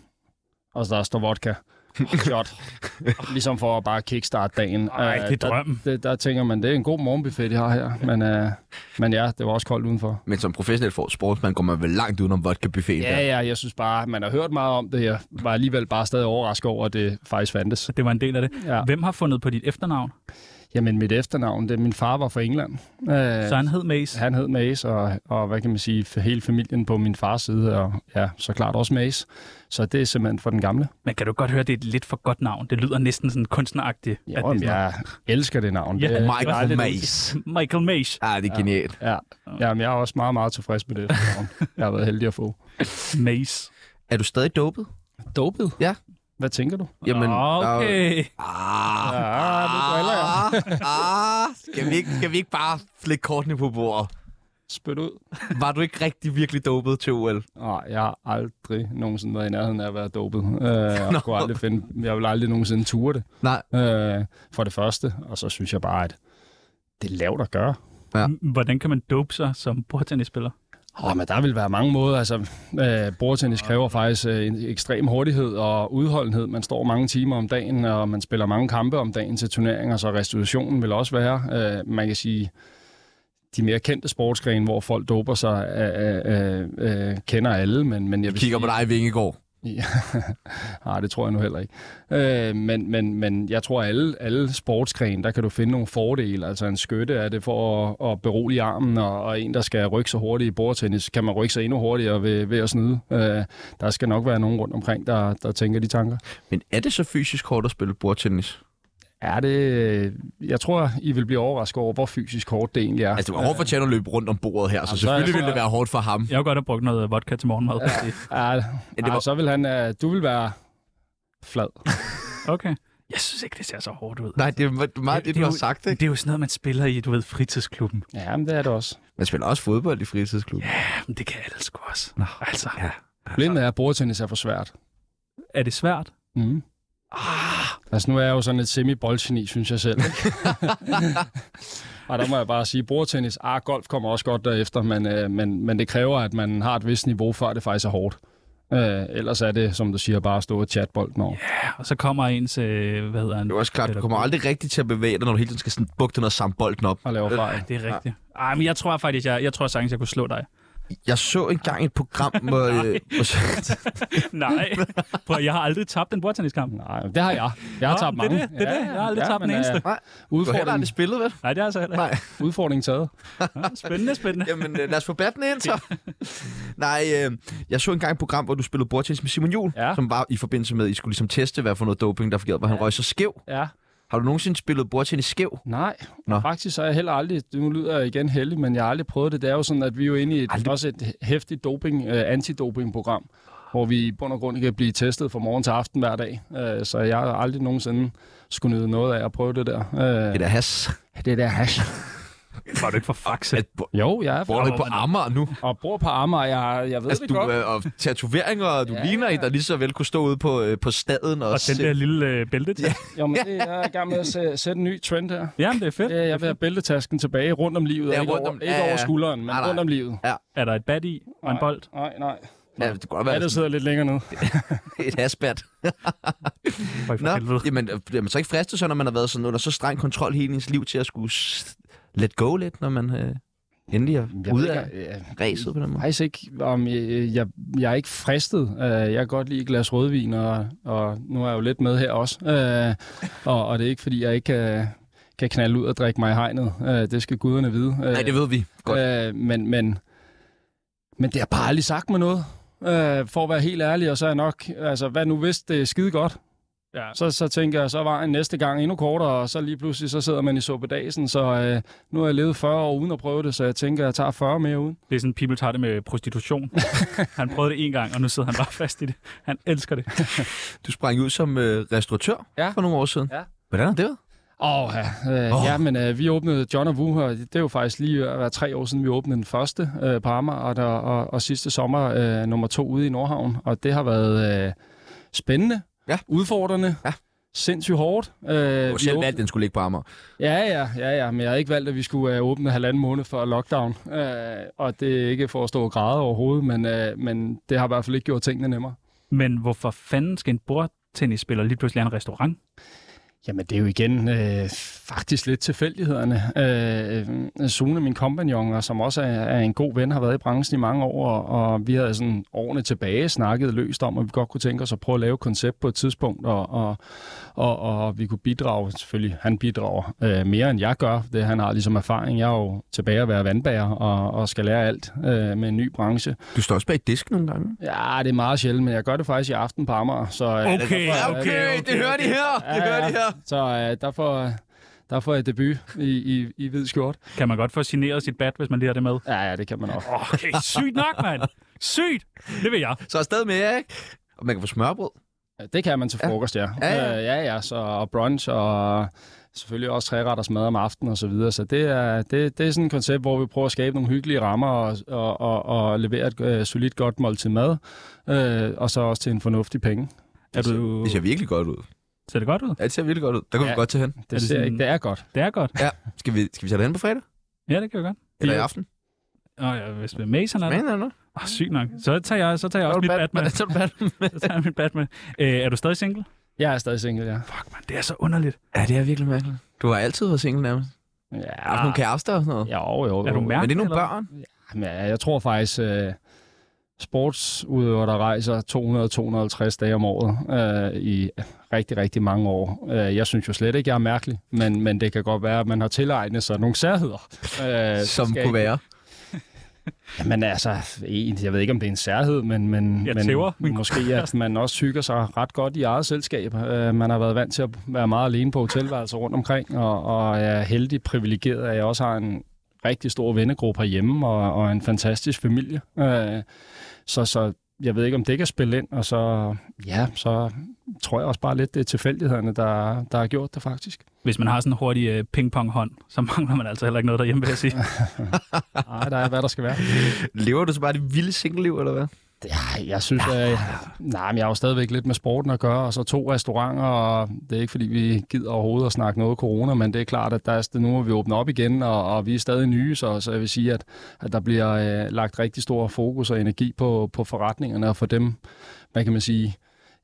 [SPEAKER 6] og der står vodka. Oh, shot. ligesom for at bare kickstarte dagen.
[SPEAKER 2] Ej,
[SPEAKER 6] Øh,
[SPEAKER 2] det er drømmen.
[SPEAKER 6] Der, det, der tænker man, det er en god morgenbuffet, de har her. Men, øh, men ja, det var også koldt udenfor.
[SPEAKER 1] Men som professionel for sportsmand går man vel langt udenom vodka-buffeten. der.
[SPEAKER 6] Ja, ja, jeg synes bare, man har hørt meget om det. Jeg var alligevel bare stadig overrasket over, at det faktisk fandtes.
[SPEAKER 2] Det var en del af det.
[SPEAKER 6] Ja.
[SPEAKER 2] Hvem har fundet på dit efternavn?
[SPEAKER 6] Jamen, mit efternavn, det min far var fra England. Øh,
[SPEAKER 2] Så han hed Mace.
[SPEAKER 6] Han hed Mace, og, og hvad kan man sige, f- hele familien på min fars side, og ja, så klart også Mace. Så det er simpelthen for den gamle.
[SPEAKER 2] Men kan du godt høre, det er et lidt for godt navn. Det lyder næsten sådan kunstneragtigt. at
[SPEAKER 6] Ja,
[SPEAKER 2] det
[SPEAKER 6] men
[SPEAKER 2] er
[SPEAKER 6] jeg elsker det navn.
[SPEAKER 2] Ja.
[SPEAKER 6] Det,
[SPEAKER 1] Michael
[SPEAKER 6] det-
[SPEAKER 1] Mays.
[SPEAKER 2] sådan- Michael Mace.
[SPEAKER 1] Ah, det er genialt.
[SPEAKER 6] Ja, jamen, jeg er også meget, meget tilfreds med det navn. Jeg har været heldig at få.
[SPEAKER 2] Mace.
[SPEAKER 1] Er du stadig dopet?
[SPEAKER 6] Dopet?
[SPEAKER 1] Ja.
[SPEAKER 6] Hvad tænker du?
[SPEAKER 1] Jamen, øh, der-
[SPEAKER 2] okay.
[SPEAKER 1] Ah,
[SPEAKER 6] Ja, nu driller jeg.
[SPEAKER 1] ah, ah, skal, vi ikke, skal vi ikke bare flække kortene på bordet?
[SPEAKER 6] Spyt ud.
[SPEAKER 1] Var du ikke rigtig virkelig dopet til OL?
[SPEAKER 6] Nej, jeg har aldrig nogensinde været i nærheden af at være dopet. Øh, jeg, kunne aldrig finde, jeg vil aldrig nogensinde ture det.
[SPEAKER 1] Nej.
[SPEAKER 6] Øh, for det første, og så synes jeg bare, at det er lavt at gøre.
[SPEAKER 2] Hvordan kan man dope sig som bordtennisspiller?
[SPEAKER 6] Oh, men der vil være mange måder. Altså, øh, bordtennis kræver faktisk øh, en ekstrem hurtighed og udholdenhed. Man står mange timer om dagen, og man spiller mange kampe om dagen til turneringer, så restitutionen vil også være. Øh, man kan sige, de mere kendte sportsgrene, hvor folk doper sig, øh, øh, øh, kender alle. Men, men jeg
[SPEAKER 1] Vi
[SPEAKER 6] vil
[SPEAKER 1] kigger
[SPEAKER 6] sige-
[SPEAKER 1] på dig, Vingegaard.
[SPEAKER 6] Ja, ah, det tror jeg nu heller ikke. Øh, men, men, men jeg tror, at alle, alle sportsgrene, der kan du finde nogle fordele. Altså en skytte er det for at, at berolige armen, og, og en, der skal rykke sig hurtigt i bordtennis, kan man rykke sig endnu hurtigere ved, ved at snyde. Øh, der skal nok være nogen rundt omkring, der, der tænker de tanker.
[SPEAKER 1] Men er det så fysisk hårdt at spille bordtennis?
[SPEAKER 6] Er det... Jeg tror, I vil blive overrasket over, hvor fysisk hårdt det egentlig er.
[SPEAKER 1] Altså, det var hårdt for Tjerno at løbe rundt om bordet her, så
[SPEAKER 6] Jamen, så
[SPEAKER 1] selvfølgelig
[SPEAKER 6] er-
[SPEAKER 1] ville det være hårdt for ham.
[SPEAKER 2] Jeg har godt have brugt noget vodka til morgenmad. Ja.
[SPEAKER 6] Ja,
[SPEAKER 1] det
[SPEAKER 6] det
[SPEAKER 1] var-
[SPEAKER 6] var... Ah, så vil han... øh, Du vil være flad.
[SPEAKER 2] Okay. Jeg synes ikke, det ser så hårdt ud.
[SPEAKER 1] Nej, det er meget det, du
[SPEAKER 2] er
[SPEAKER 1] har
[SPEAKER 2] jo-
[SPEAKER 1] sagt, ikke?
[SPEAKER 2] Det er jo sådan noget, man spiller i, du ved, fritidsklubben.
[SPEAKER 6] Ja, men det er det også.
[SPEAKER 1] Man spiller også fodbold i fritidsklubben.
[SPEAKER 2] Jamen, det kan alle sgu også. Nå. Altså, ja.
[SPEAKER 6] Problemet er, at bordtennis er for svært.
[SPEAKER 2] er det svært?
[SPEAKER 6] Mm. Ah. Altså, nu er jeg jo sådan et semi-boldgeni, synes jeg selv. Og der må jeg bare sige, bordtennis, ah, golf kommer også godt derefter, men, øh, men, men det kræver, at man har et vist niveau, før det faktisk er hårdt. Øh, ellers er det, som du siger, bare at stå og chatbolden over.
[SPEAKER 2] Og så kommer ens, øh, hvad hedder han?
[SPEAKER 1] Det er også klart, du kommer aldrig rigtigt til at bevæge dig, når du hele tiden skal sådan bugte noget samme bolden op.
[SPEAKER 6] og lave fejl.
[SPEAKER 2] Det er rigtigt. Ej, men jeg tror faktisk, jeg, jeg tror sagtens, jeg kunne slå dig.
[SPEAKER 1] Jeg så engang et program, hvor... øh, hvor-
[SPEAKER 2] Nej. Prøv, jeg har aldrig tabt en bordtenniskamp.
[SPEAKER 6] Nej, men det har jeg. Jeg har
[SPEAKER 2] Nå,
[SPEAKER 6] tabt
[SPEAKER 2] det er
[SPEAKER 6] mange.
[SPEAKER 2] det, det er det. Jeg har aldrig tabt
[SPEAKER 6] men,
[SPEAKER 2] en eneste.
[SPEAKER 6] øh,
[SPEAKER 1] Nej. du har heller aldrig
[SPEAKER 6] Udfordringen,
[SPEAKER 1] spillet, vel?
[SPEAKER 2] Nej, det er altså heller
[SPEAKER 1] Nej.
[SPEAKER 6] udfordringen taget.
[SPEAKER 2] ikke. Spændende, spændende.
[SPEAKER 1] Jamen, øh, lad os få batten ind, så. Nej, øh, jeg så engang et program, hvor du spillede bordtennis med Simon Juhl,
[SPEAKER 6] Ja.
[SPEAKER 1] som var i forbindelse med, at I skulle ligesom teste, hvad for noget doping, der fungerede, hvor han røg så skæv.
[SPEAKER 6] Ja.
[SPEAKER 1] Har du nogensinde spillet bordtennis skæv?
[SPEAKER 6] Nej,
[SPEAKER 1] Nå.
[SPEAKER 6] Nå. faktisk så er jeg heller aldrig, nu lyder jeg igen heldig, men jeg har aldrig prøvet det. Det er jo sådan, at vi er jo inde i et, også et hæftigt doping, øh, antidopingprogram, hvor vi i bund og grund kan blive testet fra morgen til aften hver dag. Øh, så jeg har aldrig nogensinde skulle nyde noget af at prøve det der. Øh,
[SPEAKER 1] Det der has.
[SPEAKER 6] det der hash.
[SPEAKER 2] Var du ikke for fuck's
[SPEAKER 1] At, bo-
[SPEAKER 6] Jo, jeg er
[SPEAKER 1] bor du ikke på Amager nu?
[SPEAKER 6] og bor på Amager. Jeg, har- jeg ved
[SPEAKER 1] Altså,
[SPEAKER 6] det
[SPEAKER 1] du,
[SPEAKER 6] godt.
[SPEAKER 1] øh, og tatoveringer, og du ja,
[SPEAKER 6] Ja,
[SPEAKER 1] ligner en, der lige så vel kunne stå ude på, øh, på staden og,
[SPEAKER 2] Og den der lille øh, bælte til.
[SPEAKER 6] Jo, men det, jeg er i gang med at sæ- sætte en ny trend her.
[SPEAKER 2] Jamen, det er fedt.
[SPEAKER 6] Ja, jeg vil have bæltetasken tilbage rundt om livet,
[SPEAKER 1] Ja,
[SPEAKER 6] ja, ikke,
[SPEAKER 1] rundt
[SPEAKER 6] rundt
[SPEAKER 1] om-
[SPEAKER 6] om, over, ikke
[SPEAKER 1] ja, ja.
[SPEAKER 6] over skulderen, men
[SPEAKER 1] Nej, nej.
[SPEAKER 6] rundt om livet.
[SPEAKER 2] Er der et bat i og en bold?
[SPEAKER 6] Nej, nej.
[SPEAKER 1] Ja, det kunne godt
[SPEAKER 6] Ja,
[SPEAKER 1] være
[SPEAKER 6] det
[SPEAKER 1] sådan
[SPEAKER 6] sidder lidt længere ned.
[SPEAKER 1] et hasbat.
[SPEAKER 2] Høj for
[SPEAKER 1] Nå,
[SPEAKER 2] helvede.
[SPEAKER 1] jamen, øh, bliver man så ikke fristet så, når man har været sådan under så streng kontrol hele ens liv, til at skulle s- let go lidt, når man øh, endelig er ude af
[SPEAKER 6] af
[SPEAKER 1] ræset på den måde?
[SPEAKER 6] Faktisk ikke, om jeg, jeg, jeg er ikke fristet. Øh, Jeg kan godt lide et glas rødvin, og, og nu er jeg jo lidt med her også. Øh, Og, og det er ikke, fordi jeg ikke kan, kan knalde ud og drikke mig i hegnet. Øh, Det skal guderne vide.
[SPEAKER 1] Nej, det ved vi godt.
[SPEAKER 6] Øh, men, men, men det har bare aldrig sagt mig noget. Øh, for at være helt ærlig, og så er jeg nok, altså hvad nu hvis det er skide godt,
[SPEAKER 2] Ja.
[SPEAKER 6] så, så tænker jeg, så var en næste gang endnu kortere, og så lige pludselig så sidder man i suppedasen, så øh, nu har jeg levet 40 år uden at prøve det, så jeg tænker, jeg tager 40 mere uden.
[SPEAKER 2] Det er sådan, people tager det med prostitution. Han prøvede det en gang, og nu sidder han bare fast i det. Han elsker det.
[SPEAKER 1] Du sprang ud som øh, restauratør ja.
[SPEAKER 6] Ja.
[SPEAKER 1] for nogle år siden.
[SPEAKER 6] Ja.
[SPEAKER 1] Hvordan har det været?
[SPEAKER 6] Åh, ja. Øh,
[SPEAKER 1] Åh.
[SPEAKER 6] oh. ja, men øh, vi åbnede John og Wu her. Det er jo faktisk lige ved at være tre år siden, vi åbnede den første øh, på Amager, og, der, og, og sidste sommer øh, nummer to ude i Nordhavn. Og det har været øh, spændende,
[SPEAKER 1] Ja.
[SPEAKER 6] udfordrende,
[SPEAKER 1] Ja.
[SPEAKER 6] sindssygt hårdt. Øh,
[SPEAKER 1] Du har
[SPEAKER 6] vi
[SPEAKER 1] selv
[SPEAKER 6] åbnede-
[SPEAKER 1] valgt, at den skulle ligge på Amager.
[SPEAKER 6] Ja, ja, ja, ja, men jeg havde ikke valgt, at vi skulle øh, åbne halvanden måned før lockdown. Øh, og det er ikke for at stå og græde overhovedet, men, øh, men det har i hvert fald ikke gjort tingene nemmere.
[SPEAKER 2] Men hvorfor fanden skal en bordtennisspiller lige pludselig have en restaurant?
[SPEAKER 6] Jamen, det er jo igen øh, faktisk lidt tilfældighederne. Øh, øh, Sune, min kompagnon, og som også er, er en god ven, har været i branchen i mange år, og, og vi havde sådan årene tilbage snakket løst om, at vi godt kunne tænke os at prøve at lave et koncept på et tidspunkt, og, og, og, og vi kunne bidrage, selvfølgelig, han bidrager øh, mere end jeg gør, det han har ligesom erfaring. Jeg er jo tilbage at være vandbærer og, og skal lære alt øh, med en ny branche.
[SPEAKER 1] Du står også bag disken nogle gange.
[SPEAKER 6] Ja, det er meget sjældent, men jeg gør det faktisk i aften på Amager, så... Øh,
[SPEAKER 2] Okay,
[SPEAKER 6] Ja, okay, okay,
[SPEAKER 1] hører de her.
[SPEAKER 6] Ja, ja. Så øh, der, får, der får jeg debut i, i, i hvid skjort.
[SPEAKER 2] Kan man godt få signeret sit bat, hvis man lige har det med?
[SPEAKER 6] Ja, ja, det kan man også.
[SPEAKER 2] Okay, sygt nok, mand. Sygt. Det vil jeg.
[SPEAKER 1] Så afsted med jer, ikke? Og man kan få smørbrød.
[SPEAKER 6] Uh. Det kan man til
[SPEAKER 1] Ja.
[SPEAKER 6] frokost, ja.
[SPEAKER 1] Ja, ja.
[SPEAKER 6] Øh, ja, ja, så og brunch og selvfølgelig også træretters mad om aftenen og så videre. Så det er, det, det er sådan et koncept, hvor vi prøver at skabe nogle hyggelige rammer og, og, og, og levere et øh, solidt godt måltid mad, øh, og så også til en fornuftig penge.
[SPEAKER 2] Er du...
[SPEAKER 1] Det ser virkelig godt ud.
[SPEAKER 2] Ser det godt ud?
[SPEAKER 1] Ja, det ser virkelig godt ud. Der kan ja. vi
[SPEAKER 6] Ja.
[SPEAKER 1] godt til hen.
[SPEAKER 6] Det,
[SPEAKER 2] det
[SPEAKER 6] det, ser,
[SPEAKER 2] sådan-
[SPEAKER 6] ikke, det er godt.
[SPEAKER 2] Det er godt.
[SPEAKER 1] Skal vi, skal vi tage det hen på fredag?
[SPEAKER 2] Ja, det kan jeg godt.
[SPEAKER 1] Eller i
[SPEAKER 6] Jo.
[SPEAKER 1] aften?
[SPEAKER 2] Og ja, hvis Mason er
[SPEAKER 1] Ja.
[SPEAKER 2] der.
[SPEAKER 1] Men, eller?
[SPEAKER 2] Oh, sygt nok. Så tager jeg, så tager jeg også mit bat med.
[SPEAKER 1] Så er du Batman.
[SPEAKER 2] Så tager jeg mit bat med. Øh, er du stadig single?
[SPEAKER 6] Jeg er stadig single, ja.
[SPEAKER 2] Fuck, man, det er så underligt.
[SPEAKER 1] Ja, det er virkelig mærkeligt. Du har altid været single nærmest. Har du
[SPEAKER 6] Ja,
[SPEAKER 1] nogle kærester og sådan noget?
[SPEAKER 6] jo, jo, jo.
[SPEAKER 2] Er du mærkelig?
[SPEAKER 1] Men det er nogle
[SPEAKER 2] eller?
[SPEAKER 1] børn.
[SPEAKER 6] Jamen, Ja, jeg tror faktisk, øh, sportsudøvere, der rejser 200-250 dage om året øh, i rigtig, rigtig mange år. Øh, jeg synes jo slet ikke, jeg er mærkelig, men, men det kan godt være, at man har tilegnet sig nogle særheder. Øh,
[SPEAKER 1] Som
[SPEAKER 6] skal
[SPEAKER 1] kunne
[SPEAKER 6] ikke-
[SPEAKER 1] være.
[SPEAKER 6] Jamen altså, en- jeg ved ikke, om det er en særhed, men, men,
[SPEAKER 2] Jeg
[SPEAKER 6] men
[SPEAKER 2] tæver min
[SPEAKER 6] måske, at man også hygger sig ret godt i eget selskab. Øh, man har været vant til at være meget alene på hotelværelser rundt omkring, og, og er heldig privilegeret, at jeg også har en rigtig stor vennegruppe herhjemme, og, og en fantastisk familie. Øh, så, så jeg ved ikke, om det kan spille ind, og så, ja, så tror jeg også bare lidt, det er tilfældighederne, der, der har gjort det faktisk.
[SPEAKER 2] Hvis man har sådan en hurtig øh, ping-pong-hånd, så mangler man altså heller ikke noget derhjemme, vil jeg sige.
[SPEAKER 6] Ej, der er, hvad der skal være.
[SPEAKER 1] Lever du så bare det vilde single-liv, eller hvad?
[SPEAKER 6] jeg, jeg synes, at, jeg, nej, men jeg har jo stadigvæk lidt med sporten at gøre, og så to restauranter, og det er ikke fordi, vi gider overhovedet at snakke noget corona, men det er klart, at der er, nu må vi åbne op igen, og, og vi er stadig nye, så, så jeg vil sige, at, at der bliver øh, lagt rigtig stor fokus og energi på, på forretningerne, og for dem, hvad kan man sige,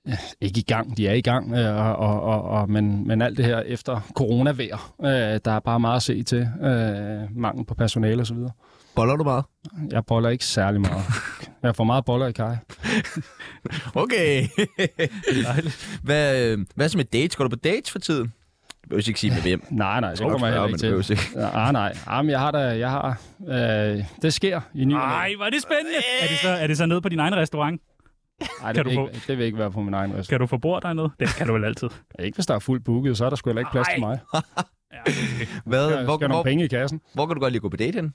[SPEAKER 6] øh, ikke i gang, de er i gang, øh, og, og, og, og, men, men alt det her efter coronavejr, øh, der er bare meget at se til, øh, mangel på personale osv.
[SPEAKER 1] Boller du meget?
[SPEAKER 6] Jeg boller ikke særlig meget. Jeg får meget boller i kaj.
[SPEAKER 1] Okay.
[SPEAKER 2] Dejligt.
[SPEAKER 1] hvad, øh, hvad så med dates? Går du på dates for tiden? Du behøver ikke sige med hvem.
[SPEAKER 6] Nej, nej, det
[SPEAKER 1] kan godt
[SPEAKER 6] kommer jeg
[SPEAKER 1] spørge,
[SPEAKER 6] heller
[SPEAKER 1] men
[SPEAKER 6] ikke
[SPEAKER 1] det behøves
[SPEAKER 6] til. Ah, nej, ah, men jeg har da, jeg har, øh, det sker i ny og næ.
[SPEAKER 2] Ej, hvor er det spændende. Er det, så, er det så nede på din egen restaurant?
[SPEAKER 6] Ej,
[SPEAKER 2] kan
[SPEAKER 6] det, vil
[SPEAKER 2] du
[SPEAKER 6] ikke, det vil ikke være på min egen restaurant.
[SPEAKER 2] Kan du få bord dernede? Det kan du vel altid.
[SPEAKER 6] Ikke hvis der er fuldt booket, så er der sgu heller ikke plads til mig.
[SPEAKER 1] Hvad,
[SPEAKER 6] Jeg
[SPEAKER 1] hvor, hvor,
[SPEAKER 6] skal nogle penge i kassen.
[SPEAKER 1] hvor, kan du godt lide at gå på date hen?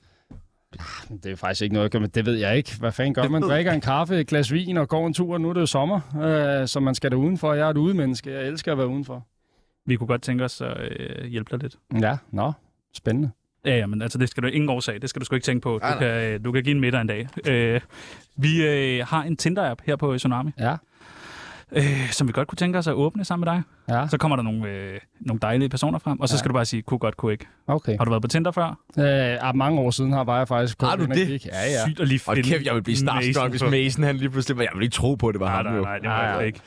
[SPEAKER 6] Det er faktisk ikke noget, jeg gør, men det ved jeg ikke. Hvad fanden gør
[SPEAKER 1] Det
[SPEAKER 6] man?
[SPEAKER 1] ved-
[SPEAKER 6] Drikker en kaffe, et glas vin og går en tur, og nu er det jo sommer, øh, så man skal da udenfor. Jeg er et udemenneske, jeg elsker at være udenfor.
[SPEAKER 2] Vi kunne godt tænke os at øh, hjælpe dig lidt.
[SPEAKER 6] Ja, nå, spændende.
[SPEAKER 2] Ja, ja, men altså, det skal du ingen årsag. Det skal du sgu ikke tænke på. Du,
[SPEAKER 1] Nej, nej.
[SPEAKER 2] kan, øh, du kan give en middag en dag. Øh, vi øh, har en Tinder-app her på Tsunami,
[SPEAKER 6] Ja,
[SPEAKER 2] øh, som vi godt kunne tænke os at åbne sammen med dig.
[SPEAKER 6] ja,
[SPEAKER 2] Så kommer der nogle, øh, nogle dejlige personer frem, og så skal du bare sige, kunne godt, kunne ikke.
[SPEAKER 6] okay.
[SPEAKER 2] Har du været på Tinder før?
[SPEAKER 6] Øh, ah, mange år siden har var jeg faktisk
[SPEAKER 1] Har
[SPEAKER 6] gået
[SPEAKER 1] du
[SPEAKER 6] ind og
[SPEAKER 1] det?
[SPEAKER 6] kigge. Ja, ja.
[SPEAKER 2] Sygt at lige
[SPEAKER 1] Og
[SPEAKER 2] finde
[SPEAKER 1] kæft, jeg vil blive starstruck, hvis
[SPEAKER 2] på-
[SPEAKER 1] Mason han lige pludselig... Jeg vil ikke tro på, at det var
[SPEAKER 2] Nej,
[SPEAKER 1] ham
[SPEAKER 2] nej,
[SPEAKER 1] jo.
[SPEAKER 2] nej, det var
[SPEAKER 6] Nej,
[SPEAKER 2] jeg ikke.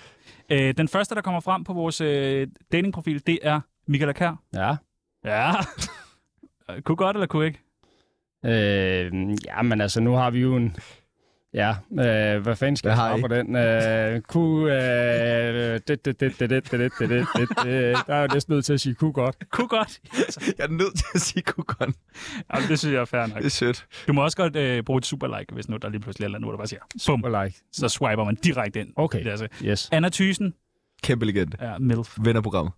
[SPEAKER 2] Øh, den første, der kommer frem på vores øh, datingprofil, det er Michael Kær.
[SPEAKER 6] Ja.
[SPEAKER 2] Ja. kunne godt eller kunne ikke?
[SPEAKER 6] Øh, ja, men altså, nu har vi jo en... Ja, øh, hvad fanden skal
[SPEAKER 1] Hvad
[SPEAKER 6] jeg
[SPEAKER 1] har
[SPEAKER 6] svare
[SPEAKER 1] I?
[SPEAKER 6] på den? Øh, kunne... Øh, det, det, det, det, det, det, det, det, det, det, det. Der er jo næsten nødt til at sige, kunne godt.
[SPEAKER 2] Kunne godt.
[SPEAKER 1] Jeg er nødt til at sige kukon.
[SPEAKER 2] Jamen, det synes jeg er fair nok.
[SPEAKER 1] Det er sødt.
[SPEAKER 2] Du må også godt øh, bruge et super like, hvis nu der lige pludselig er et eller andet, hvor du bare siger, bum,
[SPEAKER 6] Super like.
[SPEAKER 2] så swiper man direkte ind.
[SPEAKER 6] Okay.
[SPEAKER 2] Altså,
[SPEAKER 6] Yes.
[SPEAKER 2] Anna Thysen
[SPEAKER 1] Kæmpe legende.
[SPEAKER 2] er MILF.
[SPEAKER 1] Venner programmet.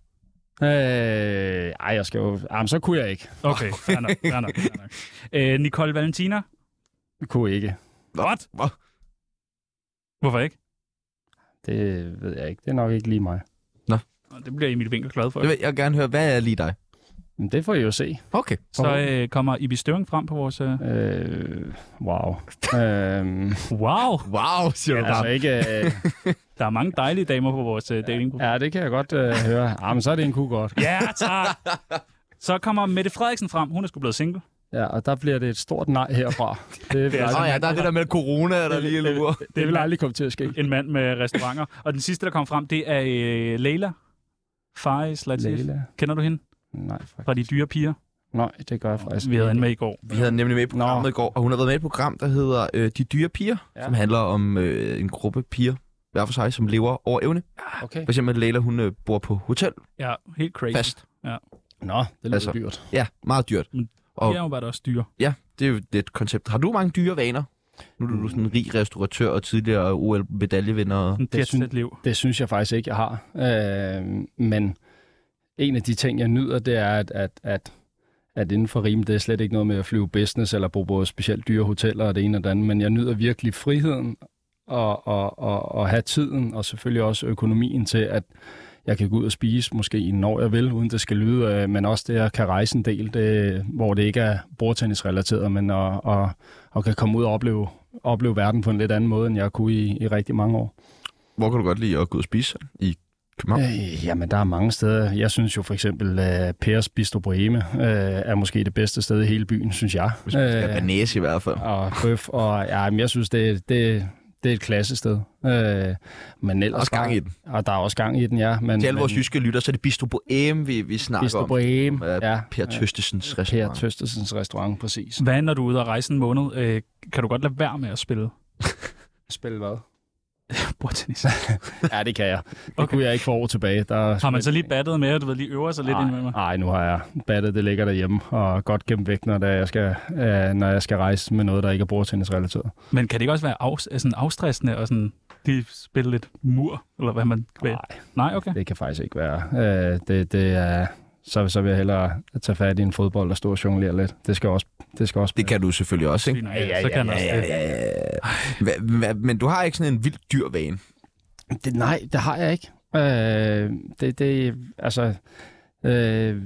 [SPEAKER 6] Øh, ej, jeg skal jo... Jamen, så kunne jeg ikke.
[SPEAKER 2] Okay, fair nok, fair nok, fair nok. Øh, Nicole Valentina?
[SPEAKER 6] Kunne ikke.
[SPEAKER 2] What?
[SPEAKER 1] Hvad?
[SPEAKER 2] Hvorfor ikke?
[SPEAKER 6] Det ved jeg ikke. Det er nok ikke lige mig.
[SPEAKER 2] Nå, Det bliver Emil Winkel glad for.
[SPEAKER 1] Jeg vil, jeg vil gerne høre, hvad er lige dig?
[SPEAKER 6] Men det får I jo se.
[SPEAKER 1] Okay.
[SPEAKER 2] Så øh, kommer Ibi Støving frem på vores... Øh...
[SPEAKER 6] Øh, wow. øh,
[SPEAKER 2] Wow!
[SPEAKER 1] Wow, siger du
[SPEAKER 6] altså
[SPEAKER 1] bare.
[SPEAKER 6] ikke... Øh,
[SPEAKER 2] Der er mange dejlige damer på vores øh, datingprofil.
[SPEAKER 6] ja, det kan jeg godt øh, høre. Jamen, så er det en kunne godt.
[SPEAKER 2] Ja, tak! Så kommer Mette Frederiksen frem. Hun er sgu blevet single.
[SPEAKER 6] Ja, og der bliver det et stort nej herfra. Det, vil
[SPEAKER 2] er
[SPEAKER 1] Nå
[SPEAKER 6] aldrig,
[SPEAKER 1] ja, der er det der med corona, der lige lurer.
[SPEAKER 6] det vil aldrig komme til at ske.
[SPEAKER 2] En mand med restauranter. Og den sidste, der kom frem, det er øh, Leila. Faris Latif.
[SPEAKER 6] Leila.
[SPEAKER 2] Kender du hende?
[SPEAKER 6] Nej, faktisk.
[SPEAKER 2] Fra de dyre piger.
[SPEAKER 6] Nej, det gør jeg faktisk.
[SPEAKER 2] Vi havde hende med i går.
[SPEAKER 1] Vi havde hende nemlig med i programmet i går, og hun har været med i et program, der hedder øh, De Dyre Piger, ja.
[SPEAKER 6] Ja.
[SPEAKER 1] som handler om øh, en gruppe piger, hver for sig, som lever over evne.
[SPEAKER 6] Okay.
[SPEAKER 1] For eksempel Leila, hun øh, bor på hotel
[SPEAKER 2] Ja, helt crazy.
[SPEAKER 1] fast.
[SPEAKER 6] Nå, det lyder
[SPEAKER 1] Altså.
[SPEAKER 6] altså. dyrt.
[SPEAKER 1] Ja, meget dyrt.
[SPEAKER 2] Men
[SPEAKER 1] Og
[SPEAKER 2] Det er jo bare også dyre.
[SPEAKER 1] ja, det er jo det er et koncept. Har du mange dyre vaner? Nu er
[SPEAKER 6] Mm.
[SPEAKER 1] du sådan en rig restauratør og tidligere OL-medaljevinder. og-
[SPEAKER 2] Det er
[SPEAKER 6] synes-
[SPEAKER 2] et liv.
[SPEAKER 6] Det synes jeg faktisk ikke, jeg har. Øh, men en af de ting, jeg nyder, det er, at, at, at, at inden for Rim, det er slet ikke noget med at flyve business eller bo på specielt dyre hoteller og det ene og det andet, men jeg nyder virkelig friheden og, og, og, og have tiden og selvfølgelig også økonomien til, at jeg kan gå ud og spise måske når jeg vil, uden det skal lyde, øh, men også det, at jeg kan rejse en del, det, hvor det ikke er bordtennisrelateret, men og, og, og kan komme ud og opleve, opleve verden på en lidt anden måde, end jeg kunne i, i rigtig mange år.
[SPEAKER 1] Hvor kan du godt lide at gå ud og spise i København?
[SPEAKER 6] Øh, jamen, der er mange steder. Jeg synes jo for eksempel, at Pers Bistro Breme øh, er måske det bedste sted i hele byen, synes jeg.
[SPEAKER 1] Hvis man skal
[SPEAKER 6] Øh,
[SPEAKER 1] banæse i hvert fald.
[SPEAKER 6] og bøf, og ja, men jeg synes, det, det, det er et klassested. Øh, men ellers
[SPEAKER 1] Også gang i den.
[SPEAKER 6] bare- Og der er også gang i den, ja. Men,
[SPEAKER 1] Til alle vores
[SPEAKER 6] men-
[SPEAKER 1] jyske lytter, så er det Bistro Bohème, vi, vi snakker
[SPEAKER 6] Bistro
[SPEAKER 1] om.
[SPEAKER 6] Breme,
[SPEAKER 1] Øh,
[SPEAKER 6] ja.
[SPEAKER 1] Per Tøstesens
[SPEAKER 6] Per
[SPEAKER 1] restaurant. Mm.
[SPEAKER 6] Tøstesens restaurant, præcis.
[SPEAKER 2] Hvad når du er ude og rejse en måned? Øh, kan du godt lade være med at spille
[SPEAKER 6] Spil hvad?
[SPEAKER 2] bordtennis?
[SPEAKER 6] Ja, det kan jeg. Det
[SPEAKER 2] Okay.
[SPEAKER 6] okay. kunne jeg ikke få år tilbage. Der
[SPEAKER 2] Har man så lige battet med, at du ved, lige øver sig lidt ind med mig?
[SPEAKER 6] Altså, Nej, nu har jeg battet, det ligger derhjemme, og godt gemt væk, når det er, jeg skal, øh, når jeg skal rejse med noget, der ikke er bordtennisrelateret.
[SPEAKER 2] Men kan det ikke også være af, sådan afstressende og sådan lige spille lidt mur? Eller hvad man vil?
[SPEAKER 6] Nej,
[SPEAKER 2] Nej, okay.
[SPEAKER 6] det kan faktisk ikke være. Øh, det, det er, så, så vil jeg hellere tage fat i en fodbold og stå og jonglere lidt. Det skal også, det skal også
[SPEAKER 1] Det kan du selvfølgelig også, ikke?
[SPEAKER 2] Ja, ja, så kan ja, ja, ja.
[SPEAKER 1] Hva, hva, men du har ikke sådan en vild dyr vane.
[SPEAKER 6] Det, nej, det har jeg ikke. Øh, det, det, altså, øh,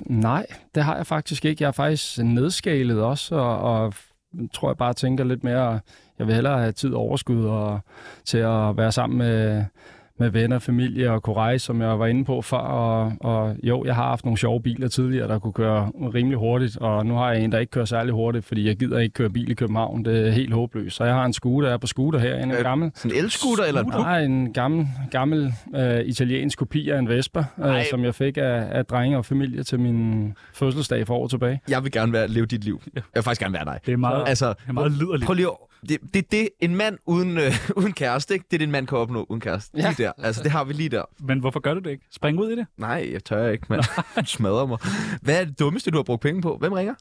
[SPEAKER 6] nej, det har jeg faktisk ikke. Jeg er faktisk nedskalet også, og, og tror jeg bare tænker lidt mere, jeg vil hellere have tid og overskud og, til at være sammen med, med venner, familie og kunne rejse, som jeg var inde på før. Og, og jo, jeg har haft nogle sjove biler tidligere, der kunne køre rimelig hurtigt, og nu har jeg en, der ikke kører særlig hurtigt, fordi jeg gider ikke køre bil i København. Det er helt håbløst. Så jeg har en scooter, jeg er på scooter herinde, en
[SPEAKER 1] Øh,
[SPEAKER 6] gammel.
[SPEAKER 1] Sådan en elskuter eller en
[SPEAKER 6] Jeg har en gammel, gammel øh, italiensk kopi af en Vespa, øh, som jeg fik af, af drenge og familie til min fødselsdag for år tilbage.
[SPEAKER 1] Jeg vil gerne være, leve dit liv. Jeg vil faktisk gerne være dig.
[SPEAKER 2] Det er meget, altså,
[SPEAKER 1] Altså,
[SPEAKER 2] det er meget liderligt.
[SPEAKER 1] prøv lige at- det, det, er det, en mand uden, øh, uden kæreste, ikke? det er det, en mand kan opnå uden kæreste. Ja. Lige der. Altså, det har vi lige der.
[SPEAKER 2] Men hvorfor gør du det ikke? Spring ud i det.
[SPEAKER 1] Nej, jeg tør ikke, mand. Du smadrer mig. Hvad er det dummeste, du har brugt penge på? Hvem ringer?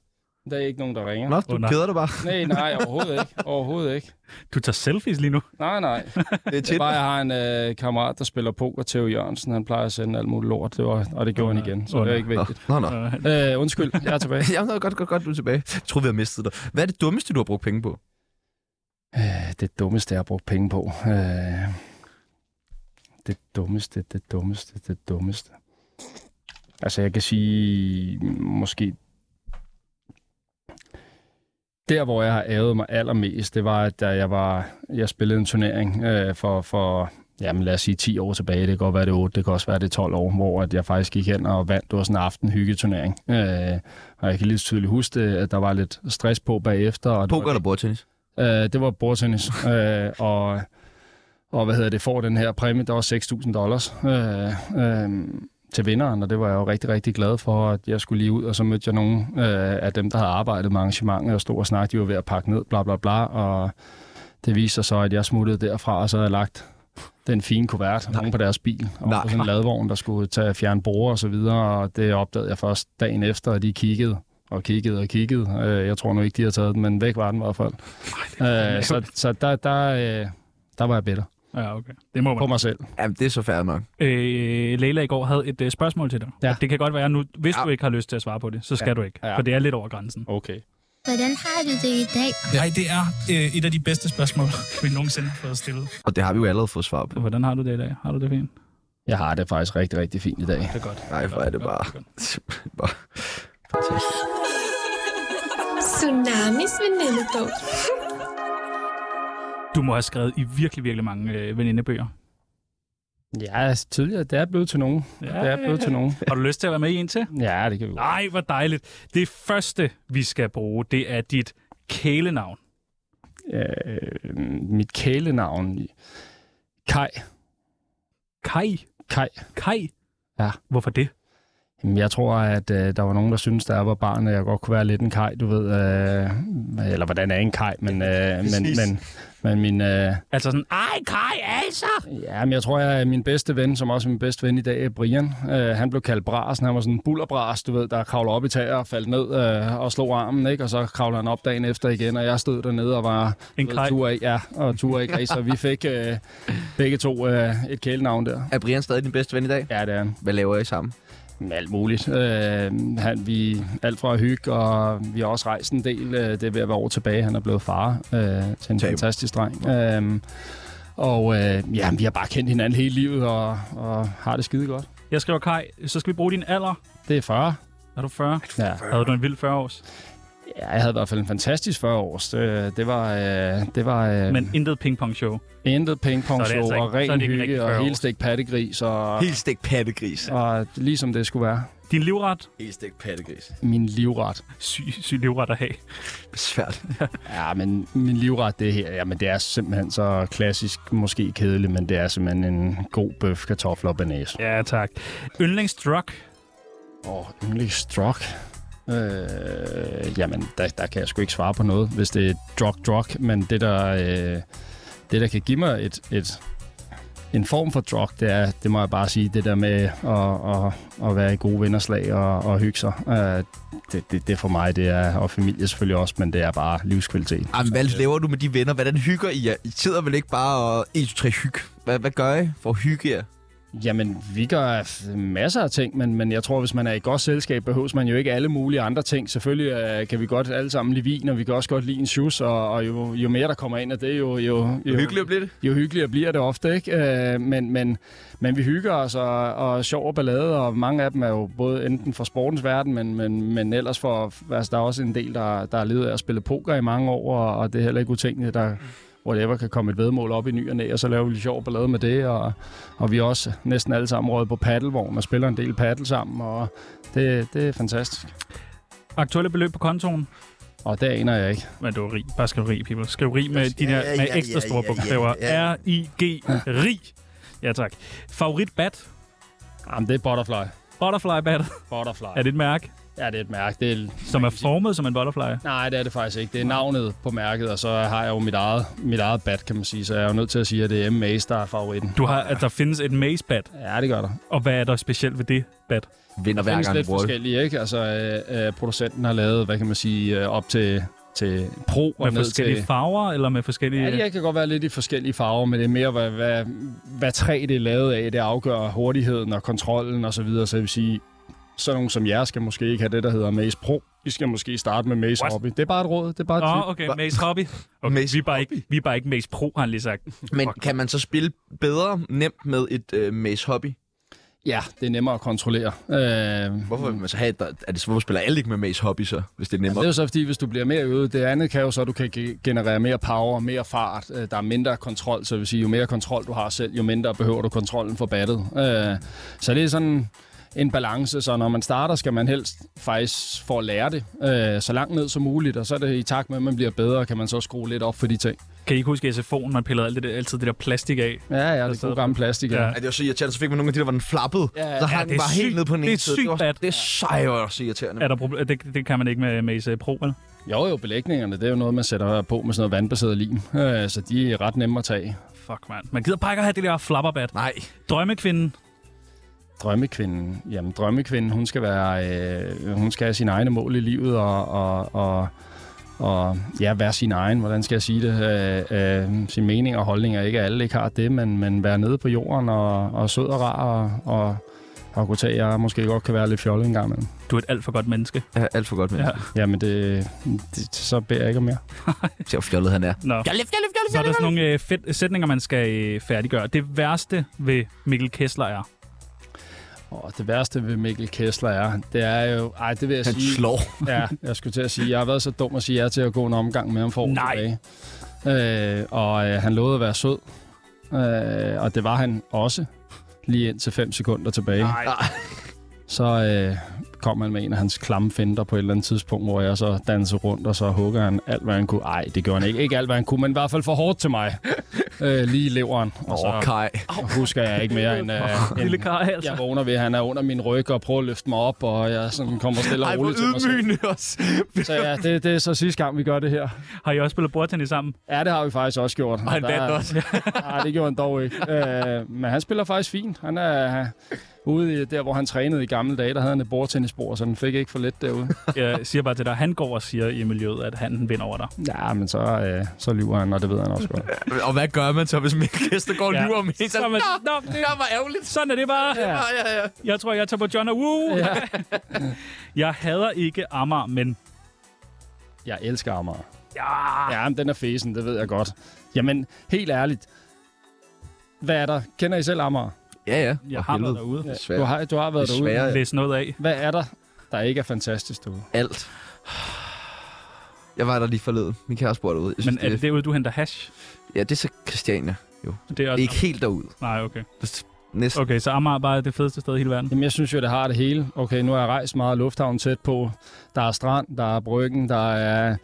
[SPEAKER 6] Der er ikke nogen, der ringer.
[SPEAKER 1] Nå, du
[SPEAKER 2] Åh, nej.
[SPEAKER 1] keder dig bare.
[SPEAKER 6] Nej, nej, overhovedet ikke. Overhovedet ikke.
[SPEAKER 2] Du tager selfies lige nu.
[SPEAKER 6] Nej, nej.
[SPEAKER 1] Det er
[SPEAKER 6] Det er
[SPEAKER 1] tit.
[SPEAKER 6] bare, jeg har en øh, kammerat, der spiller poker, Theo Jørgensen. Han plejer at sende alt muligt lort, det var, og det gjorde han igen, så det er ikke
[SPEAKER 1] Nå,
[SPEAKER 6] vigtigt.
[SPEAKER 1] nå, nå.
[SPEAKER 6] Øh, undskyld, jeg er tilbage.
[SPEAKER 1] Jamen, nå, godt, godt, godt, du er tilbage. Jeg troede, vi havde mistet dig. Hvad er det dummeste, du har brugt penge på?
[SPEAKER 6] Øh, det dummeste, jeg har brugt penge på. Øh, det dummeste, det dummeste, det dummeste. Altså, jeg kan sige, måske... Der, hvor jeg har ævet mig allermest, det var, at da jeg, var, jeg spillede en turnering øh, for, for jamen, lad os sige 10 år tilbage. Det kan godt være, det er 8, det kan også være, det er 12 år, hvor at jeg faktisk gik hen og vandt. Det var sådan en aftenhyggeturnering. Øh, og jeg kan lige så tydeligt huske, det, at der var lidt stress på bagefter. Og det var-
[SPEAKER 1] Poker eller bordtennis?
[SPEAKER 6] Øh, det var bordtennis. øh, og, og hvad hedder det, får den her præmie, der var 6.000 dollars øh, øh, til vinderen, og det var jeg jo rigtig, rigtig glad for, at jeg skulle lige ud, og så mødte jeg nogle øh, af dem, der havde arbejdet med arrangementet, og stod og snakkede, de var ved at pakke ned, bla bla bla, og det viste sig så, at jeg smuttede derfra, og så havde jeg lagt den fine kuvert oven på deres bil, og
[SPEAKER 1] Nej.
[SPEAKER 6] på sådan en ladvogn, der skulle tage fjerne borer og så videre, og det opdagede jeg først dagen efter, at de kiggede og kiggede og kiggede. Øh, Jeg tror nu ikke, de har taget den, men væk var den i hvert fald. Øh, så så der, der, øh, der var jeg bitter
[SPEAKER 2] Ja, okay. Det må man.
[SPEAKER 6] på mig selv.
[SPEAKER 1] Jamen, det er så fair nok.
[SPEAKER 2] Øh, Leila i går havde et øh, spørgsmål til dig.
[SPEAKER 6] Ja.
[SPEAKER 2] Og Det kan godt være nu, hvis
[SPEAKER 1] Ja.
[SPEAKER 2] du ikke har lyst til at svare på det, så skal
[SPEAKER 6] Ja.
[SPEAKER 2] du ikke.
[SPEAKER 6] Ja.
[SPEAKER 2] For det er lidt over grænsen.
[SPEAKER 6] Okay.
[SPEAKER 7] Hvordan har du det i dag?
[SPEAKER 8] Nej, det er øh, et af de bedste spørgsmål, vi nogensinde har fået stillet.
[SPEAKER 1] Og det har vi jo allerede fået svar på.
[SPEAKER 2] Hvordan har du det i dag? Har du det fint?
[SPEAKER 6] Jeg har det faktisk rigtig, rigtig fint i dag.
[SPEAKER 2] Det er godt.
[SPEAKER 1] Nej, hvor er det bare... simpelthen bare... fantastisk.
[SPEAKER 9] Tsunamis venindebog.
[SPEAKER 2] Du må have skrevet i virkelig, virkelig mange øh, venindebøger.
[SPEAKER 6] Ja, altså, tidligere, det er blevet til nogen. Ja. Det er blevet til nogen.
[SPEAKER 2] Har du lyst til at være med i en til?
[SPEAKER 6] Ja, det kan vi godt.
[SPEAKER 2] Nej, hvor dejligt. Det første, vi skal bruge, det er dit kælenavn.
[SPEAKER 6] Øh, mit kælenavn, Kai.
[SPEAKER 2] Kai.
[SPEAKER 6] Kai.
[SPEAKER 2] Kai?
[SPEAKER 6] Ja.
[SPEAKER 2] Hvorfor det?
[SPEAKER 6] Jamen, Jeg tror, at øh, der var nogen, der syntes, da jeg var barn, at jeg godt kunne være lidt en kaj, du ved. Øh, eller hvordan er en kaj, men, øh, men, men, men min... Øh,
[SPEAKER 2] Altså sådan, ej Kai, altså!
[SPEAKER 6] Ja, men jeg tror, jeg er min bedste ven, som også er min bedste ven i dag, Brian. Øh, han blev kaldt Brasen. Han var sådan en bullerbras, du ved, der kravler op i tager og faldt ned øh, og slog armen, ikke? Og så kravler han op dagen efter igen, og jeg stod dernede og var...
[SPEAKER 2] En
[SPEAKER 6] du
[SPEAKER 2] kaj.
[SPEAKER 6] Ved, tur af, ja, og tur af græs, og vi fik øh, begge to øh, et kælenavn der.
[SPEAKER 1] Er Brian stadig din bedste ven i dag?
[SPEAKER 6] Ja, det er han.
[SPEAKER 1] Hvad laver I sammen?
[SPEAKER 6] Med alt muligt. Øh, han, vi, alt fra at hygge, og vi har også rejst en del. Øh, det er ved at være år tilbage. Han er blevet far øh, til en
[SPEAKER 1] Tab.
[SPEAKER 6] fantastisk dreng. Øh, og øh, ja, vi har bare kendt hinanden hele livet, og, og har det skide godt.
[SPEAKER 2] Jeg skriver Kai, så skal vi bruge din alder.
[SPEAKER 6] Det er 40.
[SPEAKER 2] Er du 40?
[SPEAKER 6] Ja.
[SPEAKER 2] Havde du en vild 40 års?
[SPEAKER 6] ja, jeg havde i hvert fald en fantastisk 40 års. Det, det var, øh, det var øh,
[SPEAKER 2] Men intet pingpong-show.
[SPEAKER 6] intet pingpong
[SPEAKER 2] Så er det altså
[SPEAKER 6] show
[SPEAKER 2] ikke-
[SPEAKER 6] og
[SPEAKER 2] så er
[SPEAKER 6] ren
[SPEAKER 2] det ikke en rigtig
[SPEAKER 6] hygge
[SPEAKER 2] 40
[SPEAKER 6] og
[SPEAKER 2] års.
[SPEAKER 6] helt stik pattegris, og,
[SPEAKER 1] Helt stik pattegris.
[SPEAKER 6] og ligesom det skulle være.
[SPEAKER 2] Din livret?
[SPEAKER 1] Helt stik pattegris.
[SPEAKER 6] Min livret.
[SPEAKER 2] Syg, syg livret at have.
[SPEAKER 1] Svært.
[SPEAKER 6] Ja, men min livret, det her, jamen, det er simpelthen så klassisk, måske kedeligt, men det er simpelthen en god bøf, kartofler og banase.
[SPEAKER 2] Ja, tak. Yndlingsdrug?
[SPEAKER 6] Og yndlingsdrug. Øh, jamen, der, der kan jeg sgu ikke svare på noget, hvis det er drug, drug, men det der, øh, det, der kan give mig et, et, en form for drug, det er, det må jeg bare sige, det der med at, at, at være i gode vennerslag og, og hygge sig. Øh, det, det, det for mig, det er, og familie selvfølgelig også, men det er bare livskvalitet.
[SPEAKER 1] Jamen, hvad laver du med de venner? Hvordan hygger I jer? I sidder vel ikke bare og 1, 2, 3, hyg? Hvad, hvad gør I for at hygge jer?
[SPEAKER 6] Jamen, vi gør f- masser af ting, men, men jeg tror, hvis man er i godt selskab, behøves man jo ikke alle mulige andre ting. Selvfølgelig øh, kan vi godt alle sammen lide vin, og vi kan også godt lide en shoes, og, og jo, jo mere der kommer ind af det, jo, jo, jo,
[SPEAKER 1] Hyggeligt bliver det.
[SPEAKER 6] jo hyggeligere bliver det ofte, ikke? Øh, men, men, men vi hygger os, og, og sjov og ballade, og mange af dem er jo både enten fra sportens verden, men, men, men ellers for, altså, der er også en del, der, der har levet af at spille poker i mange år, og, og det er heller ikke utænkeligt, der whatever, kan komme et vedmål op i ny og næ, og så laver vi lidt sjov ballade med det, og, og vi er også næsten alle sammen råd på paddelvogn og spiller en del paddel sammen, og det, det er fantastisk.
[SPEAKER 2] Aktuelle beløb på kontoen?
[SPEAKER 6] Og det aner jeg ikke.
[SPEAKER 2] Men du er rig. Bare skriv rig, people. Skriv rig med, de
[SPEAKER 5] Ja,
[SPEAKER 2] der,
[SPEAKER 5] ja,
[SPEAKER 2] med
[SPEAKER 5] ja,
[SPEAKER 2] ekstra store
[SPEAKER 5] ja, ja,
[SPEAKER 2] bogstaver.
[SPEAKER 5] ja.
[SPEAKER 2] R-I-G. Rig. Ja, tak. Favorit bat?
[SPEAKER 6] Jamen, det er butterfly.
[SPEAKER 2] Butterfly bat.
[SPEAKER 6] Butterfly.
[SPEAKER 2] Er det et mærke,
[SPEAKER 6] Ja, det er et mærke. Det er,
[SPEAKER 2] som er formet som en butterfly?
[SPEAKER 6] Nej, det er det faktisk ikke. Det er navnet på mærket, og så har jeg jo mit eget, mit eget bat, kan man sige. Så jeg er jo nødt til at sige, at det er MA's, der er favoritten.
[SPEAKER 2] Du har, at der findes et maze bat.
[SPEAKER 6] Ja, det gør der.
[SPEAKER 2] Og hvad er der specielt ved det bat?
[SPEAKER 1] Vinder
[SPEAKER 6] Der
[SPEAKER 1] hver
[SPEAKER 6] findes
[SPEAKER 1] gang
[SPEAKER 6] lidt
[SPEAKER 1] du bruger det.
[SPEAKER 6] forskellige, ikke? Altså, øh, øh, producenten har lavet, hvad kan man sige, øh, op til, til pro og
[SPEAKER 2] Med
[SPEAKER 6] ned til...
[SPEAKER 2] forskellige farver, eller med forskellige...
[SPEAKER 6] Ja, de kan godt være lidt i forskellige farver, men det er mere, hvad, hvad, hvad træ det er lavet af. Det afgør hurtigheden og kontrollen osv. Så, videre. så jeg vil sige, sådan nogen som jer skal måske ikke have det, der hedder Maze Pro. I skal måske starte med Maze
[SPEAKER 2] What?
[SPEAKER 6] Hobby. Det er bare et råd. Det er bare et tip.
[SPEAKER 2] Nå, okay, Maze Hobby. Okay,
[SPEAKER 1] Maze
[SPEAKER 2] vi, er bare Ikke, vi er bare ikke Maze Pro, har han lige sagt.
[SPEAKER 1] Men kan man så spille bedre nemt med et øh, Maze Hobby?
[SPEAKER 6] Ja, det er nemmere at kontrollere. Øh,
[SPEAKER 1] Hvorfor vil man så have et, der- er det, hvorfor spiller alle ikke med Maze Hobby så, hvis det er
[SPEAKER 6] Altså, det er
[SPEAKER 1] nemmere?
[SPEAKER 6] jo så fordi, hvis du bliver mere øvet, det andet kan jo så, at du kan ge- generere mere power, mere fart, øh, der er mindre kontrol, så det vil sige, jo mere kontrol du har selv, jo mindre behøver du kontrollen for battet. Øh, så det er sådan en balance, så når man starter, skal man helst faktisk for at lære det, øh, så langt ned som muligt, og så er det i takt med, at man bliver bedre, kan man så skrue lidt op for de ting.
[SPEAKER 2] Kan I ikke huske i SFO'en, man pillede alt det der, altid det der plastik af?
[SPEAKER 6] Ja, ja, det er
[SPEAKER 2] sidder-
[SPEAKER 6] god gammel plastik.
[SPEAKER 2] Ja.
[SPEAKER 6] Ja.
[SPEAKER 1] Ja, det var så irriterende, så fik man nogle af de der, hvor den flappede.
[SPEAKER 6] Ja, ja,
[SPEAKER 1] så hang
[SPEAKER 2] det
[SPEAKER 1] den
[SPEAKER 2] er
[SPEAKER 1] bare helt
[SPEAKER 2] syg-
[SPEAKER 1] ned på den
[SPEAKER 2] det er
[SPEAKER 1] ene
[SPEAKER 2] et
[SPEAKER 1] side.
[SPEAKER 2] sygt
[SPEAKER 1] var,
[SPEAKER 2] bad.
[SPEAKER 1] det er sej, også irriterende.
[SPEAKER 2] Er der proble- det, det kan man ikke med Maze Pro, vel?
[SPEAKER 6] Jo, jo, belægningerne, det er jo noget, man sætter på med sådan noget vandbaseret lim, øh, så de er ret nemme at tage.
[SPEAKER 2] Fuck, mand. Man gider bare ikke at have det der flapperbat.
[SPEAKER 1] Nej,
[SPEAKER 2] Drømmekvinden.
[SPEAKER 6] Drømmekvinden. Jamen, drømmekvinden, hun skal, være, øh, hun skal have sine egne mål i livet, og, og, og, og ja, være sin egen, hvordan skal jeg sige det, øh, øh, sin mening og holdninger. Ikke alle ikke har det, men, men være nede på jorden og, og sød og rar, og, og, og kunne tage, jeg måske godt kan være lidt fjollet en gang imellem.
[SPEAKER 2] Du er et alt for godt menneske.
[SPEAKER 1] jeg er alt for godt med.
[SPEAKER 2] Ja.
[SPEAKER 1] Ja.
[SPEAKER 6] Jamen, det, det, så beder jeg ikke om mere.
[SPEAKER 1] Se, hvor fjollet han er.
[SPEAKER 2] Nå. Så er der sådan nogle øh, fed- sætninger, man skal øh, færdiggøre. Det værste ved Mikkel Kessler er...
[SPEAKER 6] Og det værste ved Mikkel Kessler er, det er jo... Ej, det vil jeg
[SPEAKER 1] Han
[SPEAKER 6] sige...
[SPEAKER 1] slår.
[SPEAKER 6] Ja, jeg skulle til at sige, jeg har været så dum at sige ja til at gå en omgang med ham for år
[SPEAKER 2] Nej.
[SPEAKER 6] tilbage. Øh, og øh, han lovede at være sød, øh, og det var han også, lige indtil 5 sekunder tilbage. Nej. Så øh, kom han med en af hans klamme finder på et eller andet tidspunkt, hvor jeg så dansede rundt, og så hugger han alt, hvad han kunne. Ej, det gjorde han ikke. Ikke alt, hvad han kunne, men i hvert fald for hårdt til mig. Øh, lige i leveren. Og
[SPEAKER 1] Åh,
[SPEAKER 6] så
[SPEAKER 1] Kai.
[SPEAKER 6] husker jeg ikke mere end... Øh,
[SPEAKER 2] Lille
[SPEAKER 6] end
[SPEAKER 2] kar, altså.
[SPEAKER 6] jeg vågner ved, at han er under min ryg og prøver at løfte mig op, og jeg sådan kommer stille og
[SPEAKER 1] Ej, hvor
[SPEAKER 6] roligt til mig selv.
[SPEAKER 1] ydmygende også.
[SPEAKER 6] Så ja, det, det er så sidste gang, vi gør det her.
[SPEAKER 2] Har I også spillet bordtennis sammen?
[SPEAKER 6] Ja, det har vi faktisk også gjort.
[SPEAKER 1] Og han vandt også.
[SPEAKER 6] Nej, det gjorde han dog ikke. Øh, men han spiller faktisk fint. Han er øh, ude i, der, hvor han trænede i gamle dage, der havde han et bordtennisbord, så han fik ikke for lidt derude.
[SPEAKER 2] Jeg siger bare til dig, han går og siger i miljøet, at han vinder over dig.
[SPEAKER 6] Ja, men så, øh, så lyver han, og det ved han også godt.
[SPEAKER 1] Og hvad gør man så, hvis Mikkel Kester går
[SPEAKER 2] Ja.
[SPEAKER 1] ja. nu om en?
[SPEAKER 2] Så er man, Nå, det var ærgerligt. Sådan er det bare.
[SPEAKER 1] Ja, ja, ja.
[SPEAKER 2] Jeg tror, jeg tager på John og Woo. Ja. jeg hader ikke Amager, men
[SPEAKER 6] Jeg elsker Amager. Ja! Ja, men den er fesen, det ved jeg godt. Jamen, helt ærligt. Hvad er der? Kender I selv Amager?
[SPEAKER 1] Ja, ja.
[SPEAKER 2] jeg
[SPEAKER 1] Og
[SPEAKER 2] har været
[SPEAKER 1] helvede.
[SPEAKER 2] derude.
[SPEAKER 1] Det er
[SPEAKER 6] Du
[SPEAKER 1] svært.
[SPEAKER 6] har, du har været
[SPEAKER 1] Det er
[SPEAKER 6] derude.
[SPEAKER 1] svært.
[SPEAKER 2] Læs noget af.
[SPEAKER 6] Hvad er der, der ikke er fantastisk derude?
[SPEAKER 1] Alt. Jeg var der lige forleden. Min kæreste bor derude. Jeg
[SPEAKER 2] Men
[SPEAKER 1] synes,
[SPEAKER 2] er det derude, du henter hash?
[SPEAKER 1] Ja, det er så Christiania.
[SPEAKER 2] Det er også...
[SPEAKER 1] Ikke helt derude.
[SPEAKER 2] Nej, okay.
[SPEAKER 1] Næsten.
[SPEAKER 2] Okay, så Amager er bare det fedeste sted i hele verden.
[SPEAKER 6] Jamen, jeg synes jo, det har det hele. Okay, nu har jeg rejst meget lufthavn tæt på. Der er strand, der er bryggen, der er,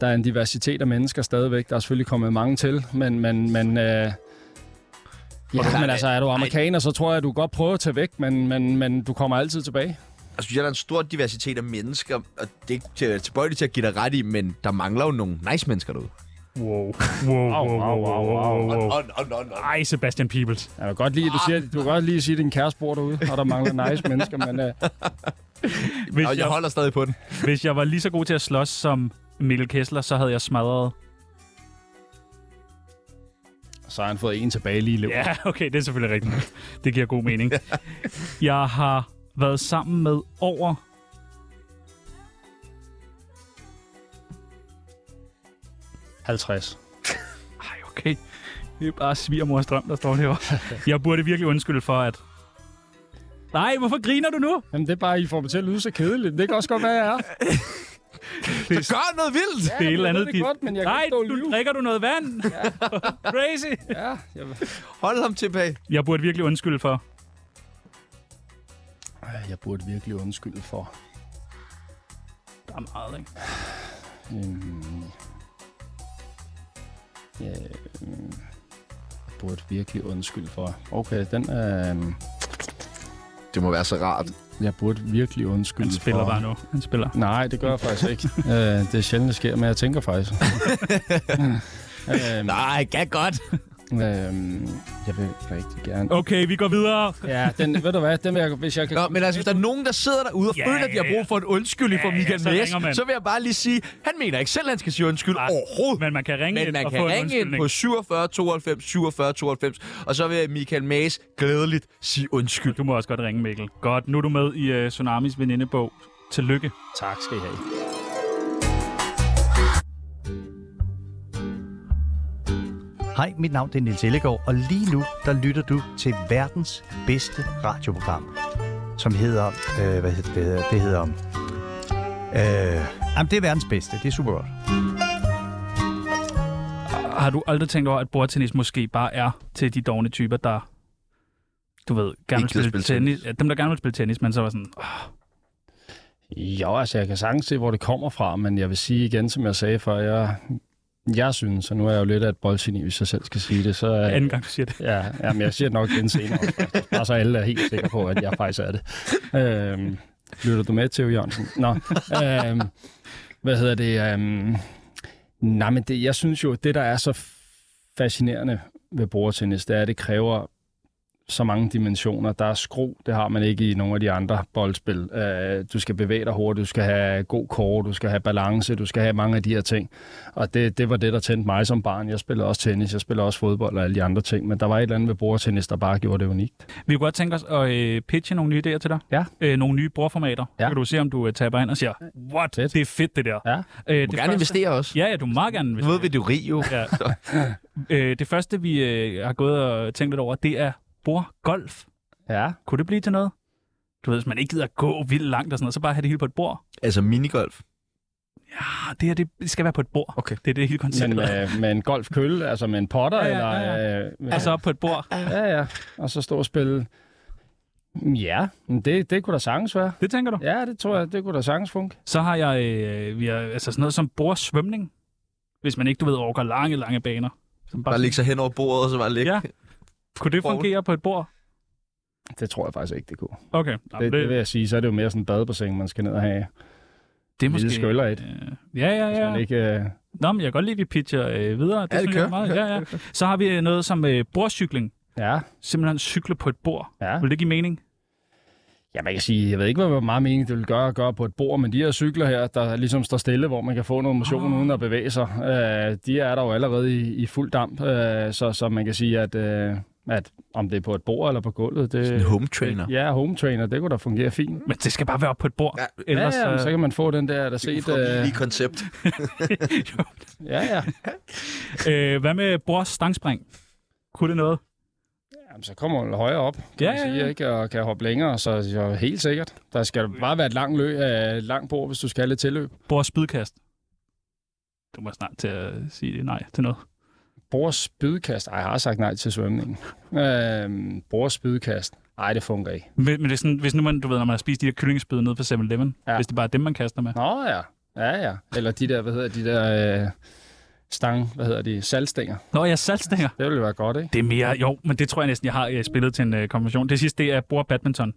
[SPEAKER 6] der er en diversitet af mennesker stadigvæk. Der er selvfølgelig kommet mange til, men... men, men øh, Ja, men altså, er du amerikaner, så tror jeg, du godt prøver at tage væk, men, men, men du kommer altid tilbage.
[SPEAKER 1] Jeg synes, Altså, jeg, der er en stor diversitet af mennesker, og det er ikke til- tilbøjeligt til at give dig ret i, men der mangler jo nogle nice mennesker derude.
[SPEAKER 2] Wow. Wow, wow, wow, wow, wow, wow.
[SPEAKER 1] Og, og, og, og,
[SPEAKER 2] Ej, Sebastian Peebles.
[SPEAKER 6] Jeg vil godt lide, at du, siger, du kan godt lige sige, at din kæreste bor derude, og der mangler nice mennesker, men øh,
[SPEAKER 2] Hvis
[SPEAKER 1] og jeg
[SPEAKER 2] jeg,
[SPEAKER 1] holder stadig på den.
[SPEAKER 2] hvis jeg var lige så god til at slås som Mikkel Kessler, så havde jeg smadret
[SPEAKER 6] så har han fået en tilbage lige i løbet.
[SPEAKER 2] Ja, okay, det er selvfølgelig rigtigt. Det giver god mening. Jeg har været sammen med over...
[SPEAKER 6] Yeah. 50.
[SPEAKER 2] Ej, okay. Det er bare svigermors drøm, der står derovre. Jeg burde virkelig undskylde for, at... Nej, hvorfor griner du nu?
[SPEAKER 6] Jamen, det er bare, I får mig til at lyde så kedeligt. Det kan også godt være, jeg er.
[SPEAKER 1] Så gør noget vildt!
[SPEAKER 2] det er et eller
[SPEAKER 6] jeg ved
[SPEAKER 2] andet...
[SPEAKER 6] det
[SPEAKER 2] dit-
[SPEAKER 6] godt, men jeg kan
[SPEAKER 2] Nej,
[SPEAKER 6] ikke stå og
[SPEAKER 2] du,
[SPEAKER 6] lyve.
[SPEAKER 2] drikker du noget vand? Crazy!
[SPEAKER 6] Ja, jeg,
[SPEAKER 1] Hold ham tilbage.
[SPEAKER 2] Jeg burde virkelig undskylde for...
[SPEAKER 6] Ej, jeg burde virkelig undskylde for.
[SPEAKER 2] Der er meget, ikke?
[SPEAKER 6] Øhm, ja, øhm, jeg burde virkelig undskylde for. Okay, den er... øhm,
[SPEAKER 1] Det må være så rart.
[SPEAKER 6] Jeg burde virkelig undskylde
[SPEAKER 2] Han spiller
[SPEAKER 6] for.
[SPEAKER 2] bare nu. Han spiller.
[SPEAKER 6] Nej, det gør jeg faktisk ikke. øh, det er sjældent, det sker, men jeg tænker faktisk. øhm,
[SPEAKER 1] Nej, kan godt.
[SPEAKER 6] øhm, jeg vil rigtig gerne...
[SPEAKER 2] Okay, vi går videre.
[SPEAKER 6] Ja, den, ved du hvad, den vil jeg, hvis jeg kan...
[SPEAKER 1] Nå, men altså, hvis der er nogen, der sidder derude og
[SPEAKER 2] Ja,
[SPEAKER 1] føler, at de har brug for en undskyldning
[SPEAKER 2] ja,
[SPEAKER 1] for Michael
[SPEAKER 2] så ringer man.
[SPEAKER 1] Næs, så vil jeg bare lige sige, han mener ikke selv, han skal sige undskyld
[SPEAKER 2] Nej,
[SPEAKER 1] overhovedet.
[SPEAKER 2] Men man kan ringe
[SPEAKER 1] Uh. Men
[SPEAKER 2] ind
[SPEAKER 1] man
[SPEAKER 2] og få
[SPEAKER 1] kan
[SPEAKER 2] en
[SPEAKER 1] ringe ind
[SPEAKER 2] undskyldning.
[SPEAKER 1] på 47 92 47 92, og så vil Michael Maes glædeligt sige undskyld.
[SPEAKER 2] Du må også godt ringe, Mikkel. Godt, nu er du med i uh, Tsunamis venindebog. Tillykke.
[SPEAKER 6] Tak skal I have.
[SPEAKER 9] Hej, mit navn det er Nils Ellegaard, og lige nu der lytter du til verdens bedste radioprogram, som hedder... Øh, hvad hedder det? hedder- Det hedder... Øh, jamen, det er verdens bedste. Det er super godt.
[SPEAKER 2] Har du aldrig tænkt over, at bordtennis måske bare er til de dogne typer, der du ved, gerne vil
[SPEAKER 1] Ikke gider spille
[SPEAKER 2] spille, tennis.
[SPEAKER 1] tennis.
[SPEAKER 2] tennis. Ja, dem, der gerne vil spille tennis, men så var sådan, åh,
[SPEAKER 6] Jo, altså jeg kan sagtens se, hvor det kommer fra, men jeg vil sige igen, som jeg sagde før, jeg, jeg synes, og nu er jeg jo lidt af et boldsini, hvis jeg selv skal sige det, så...
[SPEAKER 2] anden gang du siger det.
[SPEAKER 6] Ja, ja men jeg siger det nok igen senere. også. Bare så alle er helt sikre på, at jeg faktisk er det. Øhm, lytter du med, Theo Jørgensen? Nå. Øhm, hvad hedder det? Øhm, nej, men det, jeg synes jo, det der er så fascinerende ved bordtennis, det er, at det kræver så mange dimensioner. Der er skru, det har man ikke i nogle af de andre boldspil. Øh, du skal bevæge dig hurtigt, du skal have god kår, du skal have balance, du skal have mange af de her ting. Og det, det var det, der tændte mig som barn. Jeg spillede også tennis, jeg spillede også fodbold og alle de andre ting, men der var et eller andet ved bordtennis, der bare gjorde det unikt.
[SPEAKER 2] Vi kunne godt tænke os at øh, pitche nogle nye idéer til dig.
[SPEAKER 6] Ja.
[SPEAKER 2] Øh, nogle nye bordformater.
[SPEAKER 6] Ja.
[SPEAKER 2] Så kan du se, om du øh, taber ind og siger, what,
[SPEAKER 6] Fedt.
[SPEAKER 2] det er fedt det der.
[SPEAKER 6] Ja.
[SPEAKER 2] Øh,
[SPEAKER 1] Du må gerne investere også.
[SPEAKER 2] Ja, ja, du må meget gerne
[SPEAKER 1] Nu ved vi,
[SPEAKER 2] investere.
[SPEAKER 1] du er rig jo.
[SPEAKER 2] Ja. øh, det første, vi øh, har gået og tænkt lidt over, det er bordgolf.
[SPEAKER 6] Ja.
[SPEAKER 2] Kunne det blive til noget? Du ved, hvis man ikke gider gå vildt langt og sådan noget, så bare have det hele på et bord.
[SPEAKER 1] Altså minigolf.
[SPEAKER 2] Ah, det her, det skal være på et bord.
[SPEAKER 1] Okay.
[SPEAKER 2] Det er det hele konceptet.
[SPEAKER 6] Men øh, med en golfkølle, altså med en
[SPEAKER 2] Ja,
[SPEAKER 6] potter,
[SPEAKER 2] ja,
[SPEAKER 6] eller...
[SPEAKER 2] ja,
[SPEAKER 6] Øh, med,
[SPEAKER 2] Altså op på et bord.
[SPEAKER 6] Ja, ja. Og så stå og spille... Ja, men det, det kunne da sagtens være.
[SPEAKER 2] Det tænker du?
[SPEAKER 6] Ja, det tror jeg, det kunne da sagtens funke.
[SPEAKER 2] Så har jeg øh, vi har, altså sådan noget som bordsvømning. Hvis man ikke, du ved, overgår lange, lange baner. Som
[SPEAKER 1] Bare ligge sig hen over bordet, og så bare ligge.
[SPEAKER 2] Ja. Kunne det
[SPEAKER 1] Bordet.
[SPEAKER 2] fungere på et bord?
[SPEAKER 6] Det tror jeg faktisk ikke, det kunne.
[SPEAKER 2] Okay. Nå,
[SPEAKER 6] Det,
[SPEAKER 2] men
[SPEAKER 6] det vil jeg sige, så er det jo mere sådan en badebassin, man skal ned og have.
[SPEAKER 2] det er
[SPEAKER 6] Måske. Lille skøller et,
[SPEAKER 2] Øh, ja, ja,
[SPEAKER 6] hvis
[SPEAKER 2] ja.
[SPEAKER 6] man ikke... Øh,
[SPEAKER 2] Nå, men jeg kan godt lide, at vi pitcher øh, videre. Det,
[SPEAKER 1] Ja, det
[SPEAKER 2] synes jeg
[SPEAKER 1] kører.
[SPEAKER 2] er meget. Ja, ja. Så har vi øh, noget som øh, bordcykling.
[SPEAKER 6] ja,
[SPEAKER 2] Simpelthen cykle på et bord.
[SPEAKER 6] ja.
[SPEAKER 2] Vil det give mening?
[SPEAKER 6] Ja, man kan sige, jeg ved ikke, hvor meget mening det vil gøre at gøre på et bord, men de her cykler her, der ligesom står stille, hvor man kan få noget
[SPEAKER 2] Ah.
[SPEAKER 6] motion uden at bevæge sig, øh, de er der jo allerede i, i fuld damp, øh, så, så man kan sige, at, øh, at om det er på et bord eller på gulvet, det...
[SPEAKER 1] Sådan en home trainer.
[SPEAKER 6] Ja, home trainer, det kunne da fungere fint.
[SPEAKER 2] Men det skal bare være op på et bord.
[SPEAKER 1] Ja.
[SPEAKER 2] Ellers,
[SPEAKER 6] ja, ja, men så
[SPEAKER 2] øh,
[SPEAKER 6] kan man få den der, der set... Øh,
[SPEAKER 1] Lige koncept.
[SPEAKER 6] ja, ja.
[SPEAKER 2] øh, hvad med bordstangspring? Kunne det noget?
[SPEAKER 6] Jamen, så kommer man højere op, kan
[SPEAKER 2] Ja,
[SPEAKER 6] man sige,
[SPEAKER 2] ja, ja.
[SPEAKER 6] ikke? og kan hoppe længere, så jo, helt sikkert. Der skal bare være et langt løb, øh, et langt bord, hvis du skal have lidt tilløb.
[SPEAKER 2] Bordspydkast. Du må snart til at sige nej til noget.
[SPEAKER 6] Borspydkast. Ej, jeg har sagt nej til svømningen. Øhm, borspydkast. Ej, det fungerer ikke.
[SPEAKER 2] Men, men det er sådan, hvis nu man, du ved, når man har spist de der kyllingespyd nede fra 7-Eleven,
[SPEAKER 6] Ja.
[SPEAKER 2] ja. hvis det bare er dem, man kaster med.
[SPEAKER 6] Nå ja. Ja, ja. Eller de der, hvad hedder de der øh, stang, hvad hedder de, saltstænger.
[SPEAKER 2] Nå, jeg saltstænger.
[SPEAKER 6] Det ville jo være godt, ikke?
[SPEAKER 2] Det er mere, jo, men det tror jeg næsten, jeg har øh, spillet til en øh, konvention. Det sidste, det er bord badminton.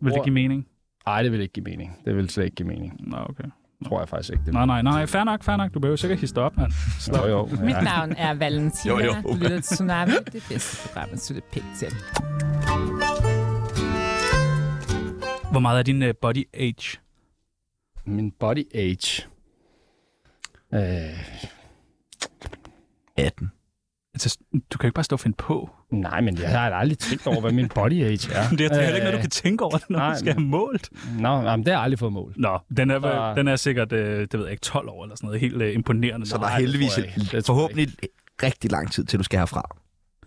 [SPEAKER 2] Vil
[SPEAKER 6] Bord-
[SPEAKER 2] det give mening?
[SPEAKER 6] Nej, det vil ikke give mening. Det vil slet ikke give mening.
[SPEAKER 2] Nå, okay.
[SPEAKER 6] Tror jeg faktisk ikke. Det
[SPEAKER 2] Nej, nej, nej. Fair nok, fair nok. Du behøver sikkert hisse dig op, mand.
[SPEAKER 6] vil. Jo, jo.
[SPEAKER 10] Mit
[SPEAKER 6] Ja.
[SPEAKER 10] navn er Valentina.
[SPEAKER 1] Jo, jo.
[SPEAKER 10] Du lytter til Tsunami. Det bedste program, man synes, det er pænt til.
[SPEAKER 2] Hvor meget er din øh, body age?
[SPEAKER 6] Min body age. Øh,
[SPEAKER 1] 18.
[SPEAKER 2] Altså, du kan jo ikke bare stå og finde på.
[SPEAKER 6] Nej, men jeg har aldrig tænkt over, hvad min body age er.
[SPEAKER 2] Det er, det er heller ikke noget, du kan tænke over, når
[SPEAKER 6] Øh, nej,
[SPEAKER 2] du skal have målt.
[SPEAKER 6] kan... Nå, jamen, det har jeg aldrig fået mål.
[SPEAKER 2] Nå, den er,
[SPEAKER 6] Så-
[SPEAKER 2] den er sikkert, øh, det ved jeg ikke, 12 år eller sådan noget. Helt øh, imponerende.
[SPEAKER 1] Så der
[SPEAKER 2] Nej,
[SPEAKER 1] er heldigvis
[SPEAKER 6] tror jeg ikke. Det tror jeg
[SPEAKER 1] forhåbentlig rigtig lang tid, til du skal herfra.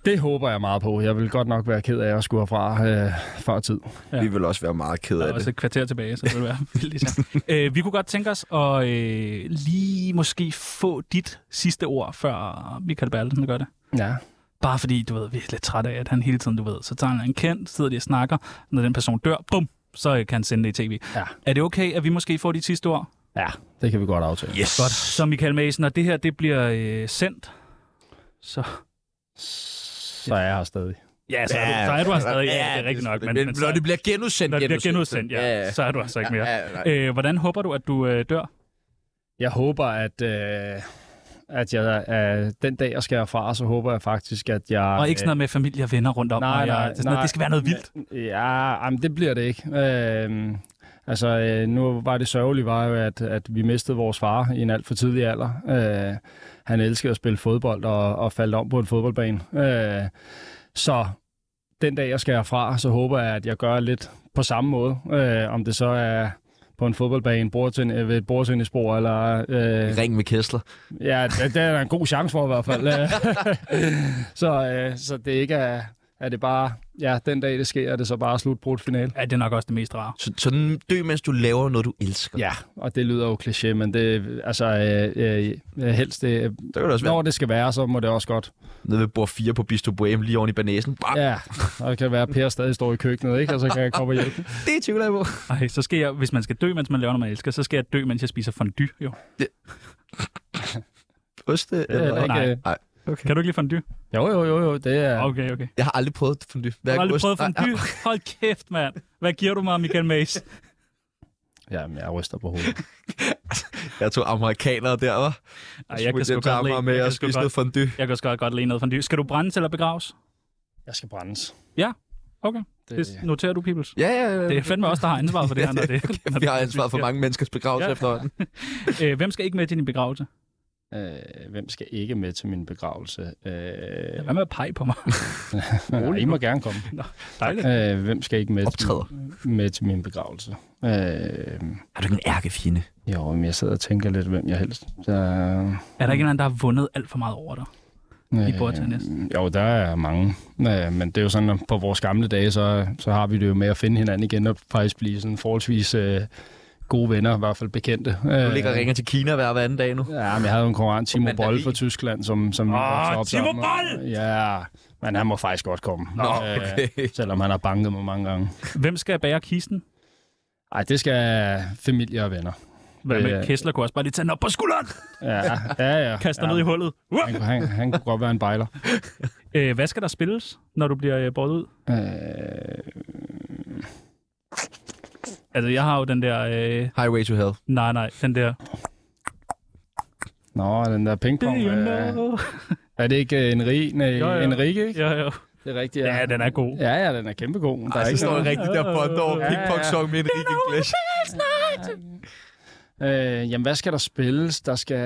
[SPEAKER 6] Det håber jeg meget på. Jeg vil godt nok være ked af at skulle herfra øh, før tid.
[SPEAKER 2] Ja.
[SPEAKER 1] Ja. Vi vil også være meget ked
[SPEAKER 2] Der er
[SPEAKER 1] af
[SPEAKER 2] også
[SPEAKER 1] det.
[SPEAKER 2] et kvarter tilbage, så det vil være vildt især. øh, Vi kunne godt tænke os at øh, lige måske få dit sidste ord, før Michael Bertelsen gør det.
[SPEAKER 6] Ja.
[SPEAKER 2] Bare fordi, du ved, vi er lidt trætte af, at han hele tiden, du ved, så tager han en kendt, sidder de og snakker, når den person dør, bum, så øh, kan han sende det i tv.
[SPEAKER 6] Ja.
[SPEAKER 2] Er det okay, at vi måske får dit sidste ord?
[SPEAKER 6] ja, det kan vi godt aftale.
[SPEAKER 1] Yes.
[SPEAKER 2] Godt. Så Michael Madsen, når det her det bliver øh, sendt, så...
[SPEAKER 6] Så er jeg her stadig.
[SPEAKER 2] Ja, så, ja, så er du altså stadig, ja, det er rigtigt nok. Men, men, så,
[SPEAKER 1] når det bliver genudsendt,
[SPEAKER 2] når det bliver genudsendt, ja, ja, ja. så er du altså ikke mere.
[SPEAKER 1] Ja, ja, nej.
[SPEAKER 2] Øh, hvordan håber du, at du øh, dør?
[SPEAKER 6] Jeg håber, at, øh, at jeg, øh, den dag, jeg skal herfra, så håber jeg faktisk, at jeg...
[SPEAKER 2] Og ikke sådan noget med familie og venner rundt om.
[SPEAKER 6] nej,
[SPEAKER 2] og jeg,
[SPEAKER 6] nej,
[SPEAKER 2] det, er sådan noget,
[SPEAKER 6] nej.
[SPEAKER 2] det skal være noget vildt.
[SPEAKER 6] Øh, ja, jamen, det bliver det ikke. Øh, altså, øh, nu var det sørgelige, var jo, at, at vi mistede vores far i en alt for tidlig alder. Øh, han elskede at spille fodbold og, og faldt om på en fodboldbane. Øh, så den dag, jeg skal herfra, så håber jeg, at jeg gør lidt på samme måde. Øh, om det så er på en fodboldbane, bordten, ved et bordtennisbord, eller... Øh,
[SPEAKER 1] Ring med Kessler.
[SPEAKER 6] Ja, det, det er der en god chance for i hvert fald. så, øh, så det ikke er, er det bare, ja, den dag det sker, er det så bare slutbrudt finale.
[SPEAKER 2] Ja, det er nok også det mest rare.
[SPEAKER 1] Så, så dø, mens du laver noget, du elsker.
[SPEAKER 6] Ja, og det lyder jo kliché, men det, altså, øh, øh, helst det,
[SPEAKER 1] Der kan det også være
[SPEAKER 6] når det skal være, så må det også godt.
[SPEAKER 1] nede ved bord 4 på Bistro Bohem, lige oven i banæsen. Bah, ja.
[SPEAKER 6] Ja, og det kan være, at Per stadig står i køkkenet, ikke? Og så kan jeg komme og hjælpe.
[SPEAKER 1] Det er tvivl af på.
[SPEAKER 2] Ej, så skal jeg, hvis man skal dø, mens man laver noget, man elsker, så skal jeg dø, mens jeg spiser fondue. Jo.
[SPEAKER 1] Oste,
[SPEAKER 6] Det er heller
[SPEAKER 1] eller?
[SPEAKER 6] ikke, øh,
[SPEAKER 2] Kan du ikke lide fondue?
[SPEAKER 6] jo, jo, jo, jo, det er...
[SPEAKER 2] Okay, okay.
[SPEAKER 1] Jeg har aldrig prøvet fondue.
[SPEAKER 2] Jeg har aldrig
[SPEAKER 1] ost- Ah,
[SPEAKER 2] prøvet
[SPEAKER 1] nej,
[SPEAKER 2] fondue. Hold kæft, mand. Hvad giver du mig, Michael Mays?
[SPEAKER 6] Jamen, jeg ryster på hovedet.
[SPEAKER 1] nej, Jeg tog amerikanere der, var.
[SPEAKER 2] Ej, jeg kan sgu
[SPEAKER 1] dem til
[SPEAKER 2] godt
[SPEAKER 1] Amager
[SPEAKER 2] lide-
[SPEAKER 1] med
[SPEAKER 2] jeg kan
[SPEAKER 1] at
[SPEAKER 2] sgu
[SPEAKER 1] spise
[SPEAKER 2] godt-
[SPEAKER 1] noget fondue.
[SPEAKER 2] Jeg kan også godt, godt lide noget fondue. Skal du brændes eller begraves?
[SPEAKER 6] Jeg skal brændes.
[SPEAKER 2] Ja, okay.
[SPEAKER 6] Det,
[SPEAKER 2] Det noterer du, Peoples.
[SPEAKER 1] Ja, ja, ja.
[SPEAKER 2] Det er fandme os, der har ansvaret for det her, når det
[SPEAKER 1] Vi
[SPEAKER 2] når det-
[SPEAKER 1] har ansvaret for mange menneskers begravelse
[SPEAKER 2] Ja.
[SPEAKER 1] ja. efterhånden.
[SPEAKER 2] Øh, Hvem skal ikke med til din begravelse?
[SPEAKER 6] øh, hvem skal ikke med til min begravelse? Øh,
[SPEAKER 2] Hvad med at pege på mig?
[SPEAKER 6] nej, I må gerne komme.
[SPEAKER 2] Dejligt.
[SPEAKER 6] Øh, hvem skal ikke med
[SPEAKER 1] Optræder.
[SPEAKER 6] til, med til min begravelse? Øh,
[SPEAKER 1] Har du ikke en ærkefjende?
[SPEAKER 6] jo, men jeg sidder og tænker lidt, hvem jeg helst. Der,
[SPEAKER 2] Er der ikke en anden, der har vundet alt for meget over dig?
[SPEAKER 6] øh,
[SPEAKER 2] Bordtennis?
[SPEAKER 6] Jo, der er mange. Øh, men det er jo sådan, at på vores gamle dage, så, så har vi det jo med at finde hinanden igen, og faktisk blive sådan forholdsvis øh, gode venner, i hvert fald bekendte.
[SPEAKER 1] Du ligger og ringer til Kina hver, hver anden dag nu.
[SPEAKER 6] Ja, men jeg havde jo en konkurrent, Timo
[SPEAKER 1] mandarin.
[SPEAKER 6] Boll fra Tyskland, som, som vi
[SPEAKER 2] Åh,
[SPEAKER 6] voksede
[SPEAKER 2] Timo
[SPEAKER 6] sammen med.
[SPEAKER 2] Boll!
[SPEAKER 6] Ja, men han må faktisk godt komme. Nå,
[SPEAKER 1] okay.
[SPEAKER 6] selvom han har banket mig mange gange.
[SPEAKER 2] Hvem skal bære kisten?
[SPEAKER 6] Ej, det skal familie og venner.
[SPEAKER 2] Hvad med
[SPEAKER 6] Øh,
[SPEAKER 2] Kessler kunne også bare lige tage den op på skulderen,
[SPEAKER 6] Ja, ja, ja.
[SPEAKER 2] kaste
[SPEAKER 6] ja,
[SPEAKER 2] den ned i hullet. Uh!
[SPEAKER 6] Han, kunne- han, han kunne godt være en bejler.
[SPEAKER 2] Øh, hvad skal der spilles, når du bliver øh, båret ud?
[SPEAKER 6] Øh,
[SPEAKER 2] Altså, jeg har jo den der... Øh,
[SPEAKER 1] Highway to Hell.
[SPEAKER 2] nej, nej, den der...
[SPEAKER 6] nå, den der pingpong.
[SPEAKER 2] You
[SPEAKER 6] Øh,
[SPEAKER 2] know.
[SPEAKER 6] er det ikke Enri, nej,
[SPEAKER 2] Jo, jo.
[SPEAKER 6] Enrique? Ikke?
[SPEAKER 2] Ja, ja.
[SPEAKER 6] Det er rigtigt,
[SPEAKER 2] ja, den er god.
[SPEAKER 6] Ja, ja, den er kæmpe god. Der
[SPEAKER 1] Ej,
[SPEAKER 6] er
[SPEAKER 1] så
[SPEAKER 6] ikke
[SPEAKER 1] står der
[SPEAKER 6] noget.
[SPEAKER 1] rigtig der bånd over
[SPEAKER 2] Ja, ja.
[SPEAKER 1] pingpong-song med en rigtig glas.
[SPEAKER 6] Øh, jamen, hvad skal der spilles? Der skal...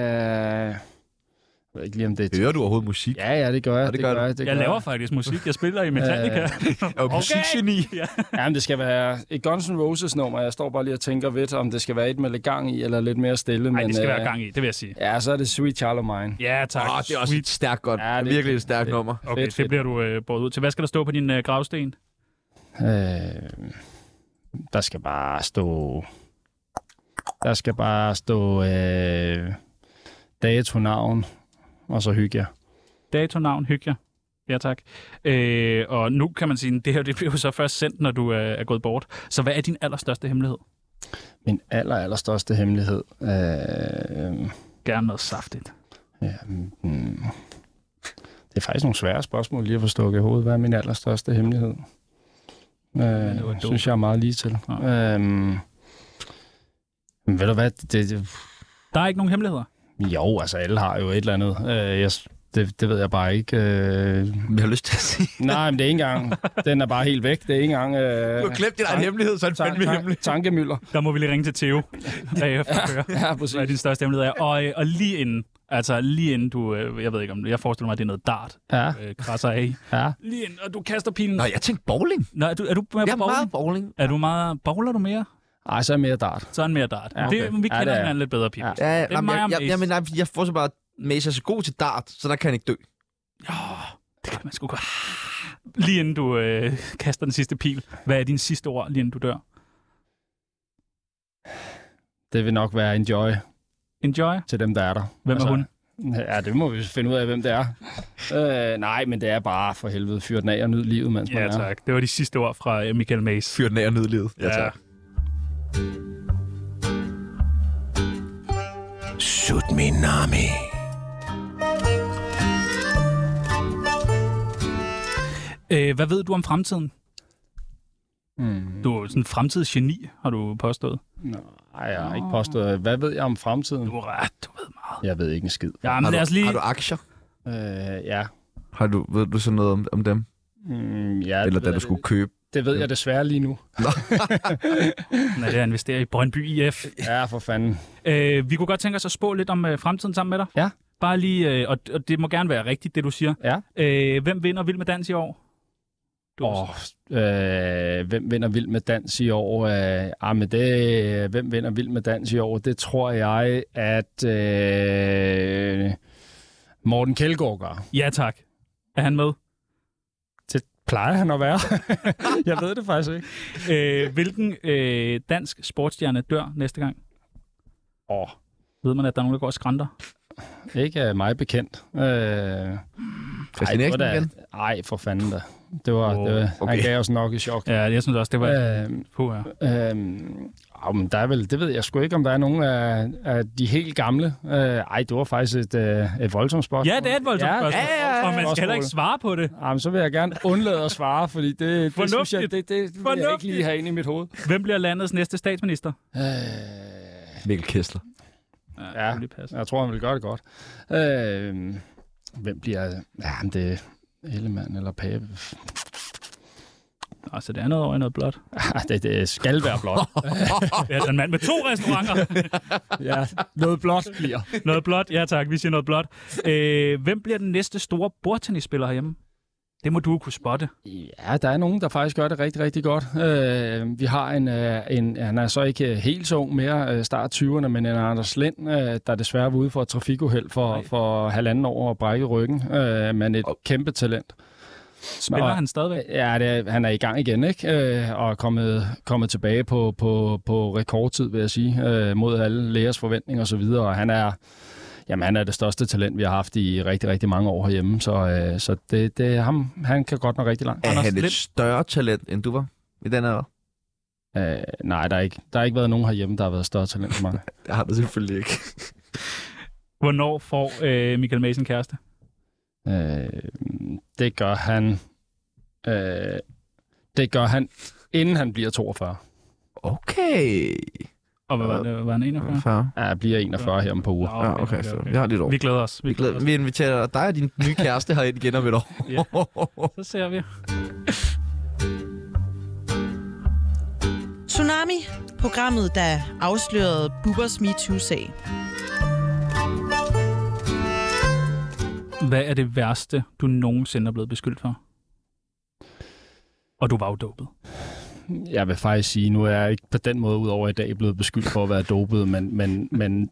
[SPEAKER 6] Jeg ved ikke lige, om det er...
[SPEAKER 1] Hører du overhovedet musik?
[SPEAKER 6] Ja, ja, det gør jeg.
[SPEAKER 1] det gør du.
[SPEAKER 6] jeg. Det
[SPEAKER 2] Jeg
[SPEAKER 6] gør
[SPEAKER 2] laver faktisk musik. Jeg spiller i Metallica.
[SPEAKER 1] Er du musikgeni?
[SPEAKER 2] Ja.
[SPEAKER 6] Ja, men det skal være et Guns N' Roses nummer. Jeg står bare lige og tænker ved, om det skal være et med lidt gang i, eller lidt mere stille.
[SPEAKER 2] Nej,
[SPEAKER 6] men,
[SPEAKER 2] det skal
[SPEAKER 6] øh,
[SPEAKER 2] være gang i, det vil jeg sige.
[SPEAKER 6] Ja, så er det Sweet Charlemagne.
[SPEAKER 2] Ja, tak.
[SPEAKER 1] Åh, det er også
[SPEAKER 2] Sweet.
[SPEAKER 1] et stærkt godt.
[SPEAKER 6] Ja, det er
[SPEAKER 1] Virkelig et stærkt nummer.
[SPEAKER 2] Okay,
[SPEAKER 6] fedt,
[SPEAKER 2] det
[SPEAKER 6] fedt.
[SPEAKER 2] bliver du øh, båret ud til. Hvad skal der stå på din øh, gravsten?
[SPEAKER 6] Øh, der skal bare stå... Der skal bare stå øh, dato, navn, og så hygge jer.
[SPEAKER 2] Dato, navn, hygge jer. Ja, tak. Øh, og nu kan man sige, at det her det bliver jo så først sendt, når du øh, er gået bort. Så hvad er din allerstørste hemmelighed?
[SPEAKER 6] Min aller, allerstørste hemmelighed. Øh,
[SPEAKER 2] Gerne noget saftigt.
[SPEAKER 6] ja, mm, det er faktisk nogle svære spørgsmål lige at få stukket i hovedet. Hvad er min allerstørste hemmelighed?
[SPEAKER 2] det var
[SPEAKER 6] Øh,
[SPEAKER 2] dumt.
[SPEAKER 6] synes jeg er meget lige til.
[SPEAKER 2] Ja.
[SPEAKER 6] Øh, men ved du hvad? Det, det,
[SPEAKER 2] Der er ikke nogen hemmeligheder.
[SPEAKER 6] jo, altså alle har jo et eller andet. Øh, jeg, det, det ved jeg bare ikke. Øh,
[SPEAKER 1] Jeg har lyst til at sige.
[SPEAKER 6] Nej, men det er ikke engang. Den er bare helt væk. Det er ikke engang... Øh,
[SPEAKER 1] Du har glemt din egen
[SPEAKER 6] tak.
[SPEAKER 1] hemmelighed, så er det fandme hemmelig.
[SPEAKER 6] tankemøller.
[SPEAKER 2] Der må vi lige ringe til Theo bagefter og høre,
[SPEAKER 6] Ja,
[SPEAKER 2] hvad
[SPEAKER 6] præcis.
[SPEAKER 2] din største hemmelighed er. Og, øh, og lige inden, Altså lige inden du, øh, jeg ved ikke om, jeg forestiller mig, at det er noget dart,
[SPEAKER 6] Ja.
[SPEAKER 2] øh, krasser af.
[SPEAKER 6] Ja.
[SPEAKER 2] Lige inden, og du kaster pilen.
[SPEAKER 1] Nå, jeg tænkte bowling.
[SPEAKER 2] Nå, er du, er du med
[SPEAKER 1] Jeg
[SPEAKER 2] på
[SPEAKER 1] er
[SPEAKER 2] bowling?
[SPEAKER 1] meget bowling.
[SPEAKER 2] Er du meget, bowler du mere?
[SPEAKER 6] Ej, så er jeg mere dart.
[SPEAKER 2] Så er han mere dart.
[SPEAKER 6] Ja,
[SPEAKER 2] Ja,
[SPEAKER 6] okay.
[SPEAKER 2] okay. det, vi kender
[SPEAKER 6] Ja, det er-
[SPEAKER 2] ja, hinanden lidt bedre, Pibus.
[SPEAKER 6] Ja.
[SPEAKER 2] Ja.
[SPEAKER 1] Ja,
[SPEAKER 2] Det er
[SPEAKER 1] jamen,
[SPEAKER 2] mig
[SPEAKER 1] jeg,
[SPEAKER 2] og
[SPEAKER 1] jeg,
[SPEAKER 2] Mace.
[SPEAKER 1] jamen, nej, jeg får så bare... Mace er så god til dart, så der kan han ikke dø.
[SPEAKER 2] Det kan man sgu godt. Lige inden du øh, kaster den sidste pil. Hvad er dine sidste ord, lige inden du dør?
[SPEAKER 6] Det vil nok være enjoy
[SPEAKER 2] Enjoy.
[SPEAKER 6] til dem, der er der.
[SPEAKER 2] Hvem er hun?
[SPEAKER 6] Ja, det må vi finde ud af, hvem det er. øh, nej, men det er bare for helvede. Fyr den af og nyd livet, mens man
[SPEAKER 2] Ja,
[SPEAKER 6] er.
[SPEAKER 2] tak. Det var de sidste ord fra øh, Michael Mays.
[SPEAKER 1] Fyr den af og nyd livet. Ja, tak.
[SPEAKER 5] Tsunami.
[SPEAKER 2] Øh, hvad ved du om fremtiden?
[SPEAKER 6] Mm.
[SPEAKER 2] Du er jo sådan en fremtidsgeni, har du påstået.
[SPEAKER 6] Nej, jeg har ikke påstået. Hvad ved jeg om fremtiden?
[SPEAKER 2] Du, er ret, du ved meget.
[SPEAKER 6] Jeg ved ikke en skid.
[SPEAKER 2] Ja, men
[SPEAKER 1] Har,
[SPEAKER 2] lad os
[SPEAKER 1] du,
[SPEAKER 2] lige...
[SPEAKER 1] har du aktier?
[SPEAKER 6] Øh, ja.
[SPEAKER 1] Har du, ved du sådan noget om, om dem?
[SPEAKER 6] Mm, ja
[SPEAKER 1] Eller
[SPEAKER 6] det
[SPEAKER 1] da
[SPEAKER 6] ved
[SPEAKER 1] du
[SPEAKER 6] jeg-
[SPEAKER 1] skulle købe?
[SPEAKER 6] Det ved jeg desværre lige nu.
[SPEAKER 2] Når det er at investere i Brøndby IF.
[SPEAKER 6] Ja, for fanden.
[SPEAKER 2] Øh, vi kunne godt tænke os at spå lidt om øh, fremtiden sammen med dig.
[SPEAKER 6] Ja.
[SPEAKER 2] Bare lige, øh, og, og det må gerne være rigtigt, det du siger.
[SPEAKER 6] Ja.
[SPEAKER 2] Øh, hvem vinder Vild med Dans i år? Du
[SPEAKER 6] Åh, øh, hvem vinder vild med dans i år? Øh, ah, men det, hvem vinder vild med dans i år? Det tror jeg, at øh, Morten Kjeldgaard gør.
[SPEAKER 2] Ja, tak. Er han med?
[SPEAKER 6] Det plejer han at være. jeg ved det faktisk ikke.
[SPEAKER 2] Øh, hvilken øh, dansk sportsstjerne dør næste gang?
[SPEAKER 6] Åh,
[SPEAKER 2] Ved man, at der er nogen, der går og skrænter?
[SPEAKER 6] ikke øh, mig bekendt. Øh,
[SPEAKER 1] Christian
[SPEAKER 6] Ej, det var
[SPEAKER 1] Eriksen
[SPEAKER 6] da-
[SPEAKER 1] igen?
[SPEAKER 6] Ej, for fanden da. Det var,
[SPEAKER 2] Åh,
[SPEAKER 6] oh, det var okay.
[SPEAKER 1] okay.
[SPEAKER 6] han gav os nok i chok.
[SPEAKER 2] Ja, jeg synes også, det var øh.
[SPEAKER 6] Øhm,
[SPEAKER 2] på her.
[SPEAKER 6] øhm, åh, men der er vel, det ved jeg sgu ikke, om der er nogen af, af de helt gamle. Øh, ej, det var faktisk et, øh, et voldsomt spørgsmål.
[SPEAKER 2] Ja, det er et voldsomt
[SPEAKER 6] Ja,
[SPEAKER 2] spørgsmål,
[SPEAKER 6] ja, ja, ja.
[SPEAKER 2] og man skal heller ikke svare på det.
[SPEAKER 6] Jamen, Ah, så vil jeg gerne undlade at svare, fordi det, det synes jeg,
[SPEAKER 2] Fornuftigt.
[SPEAKER 6] det, det vil jeg ikke
[SPEAKER 2] Fornuftigt.
[SPEAKER 6] lige have ind i mit hoved.
[SPEAKER 2] Hvem bliver landets næste statsminister?
[SPEAKER 6] Øh,
[SPEAKER 1] Mikkel Kessler.
[SPEAKER 6] Ja.
[SPEAKER 2] det kunne lige passe.
[SPEAKER 6] jeg tror, han vil gøre det godt. Øh, hvem bliver... Ja, men det er Ellemann eller Pape.
[SPEAKER 2] Nå, så det er noget over i noget blot.
[SPEAKER 6] Ah, det, det skal være blot.
[SPEAKER 1] Ah.
[SPEAKER 2] Ja, der er en mand med to restauranter.
[SPEAKER 6] ja, noget blot bliver.
[SPEAKER 2] Noget blot, ja tak, vi siger noget blot. Øh, hvem bliver den næste store bordtennisspiller herhjemme? Det må du jo kunne spotte.
[SPEAKER 6] Ja, der er nogen, der faktisk gør det rigtig, rigtig godt. Øh, vi har en, øh, en, han er så ikke øh, helt så ung mere, øh, start 20'erne, men en Anders Lind, øh, der desværre var ude for et trafikuheld for,
[SPEAKER 2] Nej.
[SPEAKER 6] for halvanden år og brække ryggen, øh, men et kæmpe talent.
[SPEAKER 2] Spiller
[SPEAKER 6] Nå.
[SPEAKER 2] han stadigvæk?
[SPEAKER 6] Ja, det er, han er i gang igen, ikke? Øh, og er kommet, kommet tilbage på, på, på rekordtid, vil jeg sige, øh, mod alle lægers forventninger og så videre. Og han er, jamen, han er det største talent, vi har haft i rigtig, rigtig mange år herhjemme. Så, øh, så det, det er ham. Han kan godt nå rigtig langt.
[SPEAKER 1] Er
[SPEAKER 2] Anders
[SPEAKER 1] han
[SPEAKER 2] Lind.
[SPEAKER 1] et større talent, end du var i den alder?
[SPEAKER 6] Øh, nej, der har ikke, der er ikke været nogen herhjemme, der har været større talent end mig.
[SPEAKER 1] Det har du selvfølgelig ikke.
[SPEAKER 2] Hvornår får øh, Michael Mason kæreste?
[SPEAKER 6] øh, det gør han... Øh, det gør han, inden han bliver 42.
[SPEAKER 1] Okay.
[SPEAKER 2] Og hvad var det? Var han 41?
[SPEAKER 1] Fair.
[SPEAKER 6] Ja, jeg bliver 41 her om på uger.
[SPEAKER 2] Nå,
[SPEAKER 1] Ja, Ah, okay. fair. Jeg har lidt over.
[SPEAKER 2] Vi glæder os. Vi glæder os.
[SPEAKER 1] Vi inviterer dig og din nye kæreste herind igen om et år.
[SPEAKER 2] Ja. Så ser vi.
[SPEAKER 4] Tsunami, programmet, der afslørede Bubbers MeToo-sag.
[SPEAKER 2] Hvad er det værste, du nogensinde er blevet beskyldt for? Og du var jo dopet.
[SPEAKER 6] Jeg vil faktisk sige, nu er jeg ikke på den måde udover i dag blevet beskyldt for at være dopet, men, men, men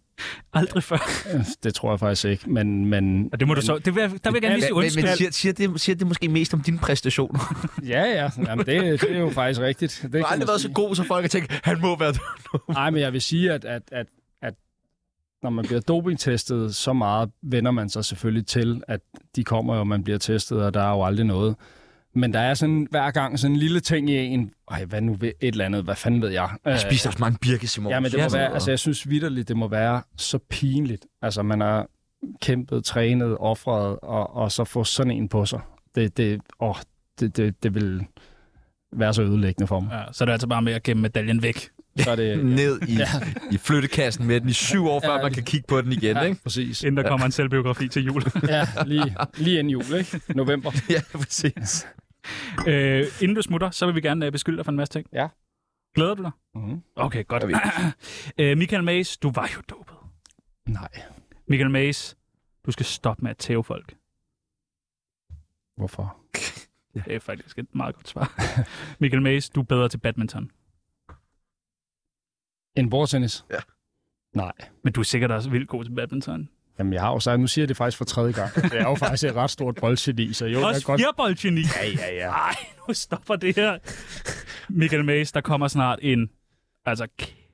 [SPEAKER 2] Aldrig før.
[SPEAKER 6] øh, det tror jeg faktisk ikke. Men, men,
[SPEAKER 2] Og det må du så... Det vil, jeg- der vil jeg gerne lige sige undskyld.
[SPEAKER 1] Men siger, siger, det, siger det måske mest om dine præstationer?
[SPEAKER 6] ja, ja, jamen, det, det er jo faktisk rigtigt. Det
[SPEAKER 1] Du har aldrig været så god, så folk har tænkt, han må være
[SPEAKER 6] Nej, men jeg vil sige, at, at, at, at når man bliver dopingtestet så meget, vender man sig selvfølgelig til, at de kommer jo, man bliver testet, og der er jo aldrig noget. Men der er sådan hver gang sådan en lille ting i en, ej, hvad nu ved et eller andet, hvad fanden ved jeg? Øh,
[SPEAKER 1] Jeg spiste også mange birke, Simon.
[SPEAKER 6] Ja, men det må være, altså jeg synes vidderligt, det må være så pinligt. Altså man har kæmpet, trænet, offret, og, og så få sådan en på sig. Det, det, åh, det, det, det vil være så ødelæggende for mig.
[SPEAKER 2] Ja, så er det altså bare med at gemme medaljen væk.
[SPEAKER 6] Så er det,
[SPEAKER 1] Ned i, i flyttekassen med den i syv år, før
[SPEAKER 6] Ja,
[SPEAKER 1] man kan kigge på den igen, ikke?
[SPEAKER 6] præcis.
[SPEAKER 2] Inden der kommer en selvbiografi til jul.
[SPEAKER 6] Ja, lige, lige inden jul, ikke? November.
[SPEAKER 1] Ja, præcis.
[SPEAKER 2] øh, inden du smutter, så vil vi gerne øh, beskylde dig for en masse ting.
[SPEAKER 6] Ja.
[SPEAKER 2] Glæder du dig?
[SPEAKER 6] Mm.
[SPEAKER 2] Okay, godt. øh, Michael Mays, du var jo dopet.
[SPEAKER 6] Nej.
[SPEAKER 2] Michael Mays, Du skal stoppe med at tæve folk.
[SPEAKER 6] Hvorfor?
[SPEAKER 2] Det er faktisk et meget godt svar. Michael Mays, du er bedre til badminton.
[SPEAKER 6] En bordtennis?
[SPEAKER 1] Ja.
[SPEAKER 6] Nej.
[SPEAKER 2] Men du er sikkert også vildt god til badminton.
[SPEAKER 6] Jamen, jeg har jo sagt, nu siger jeg det faktisk for tredje gang. Det er jo faktisk et ret stort boldgeni, så jo, jeg
[SPEAKER 2] Også
[SPEAKER 6] godt...
[SPEAKER 2] fjerboldgeni.
[SPEAKER 6] Ja, ja, ja.
[SPEAKER 2] Ej, nu stopper det her. Michael Mays, der kommer snart en altså,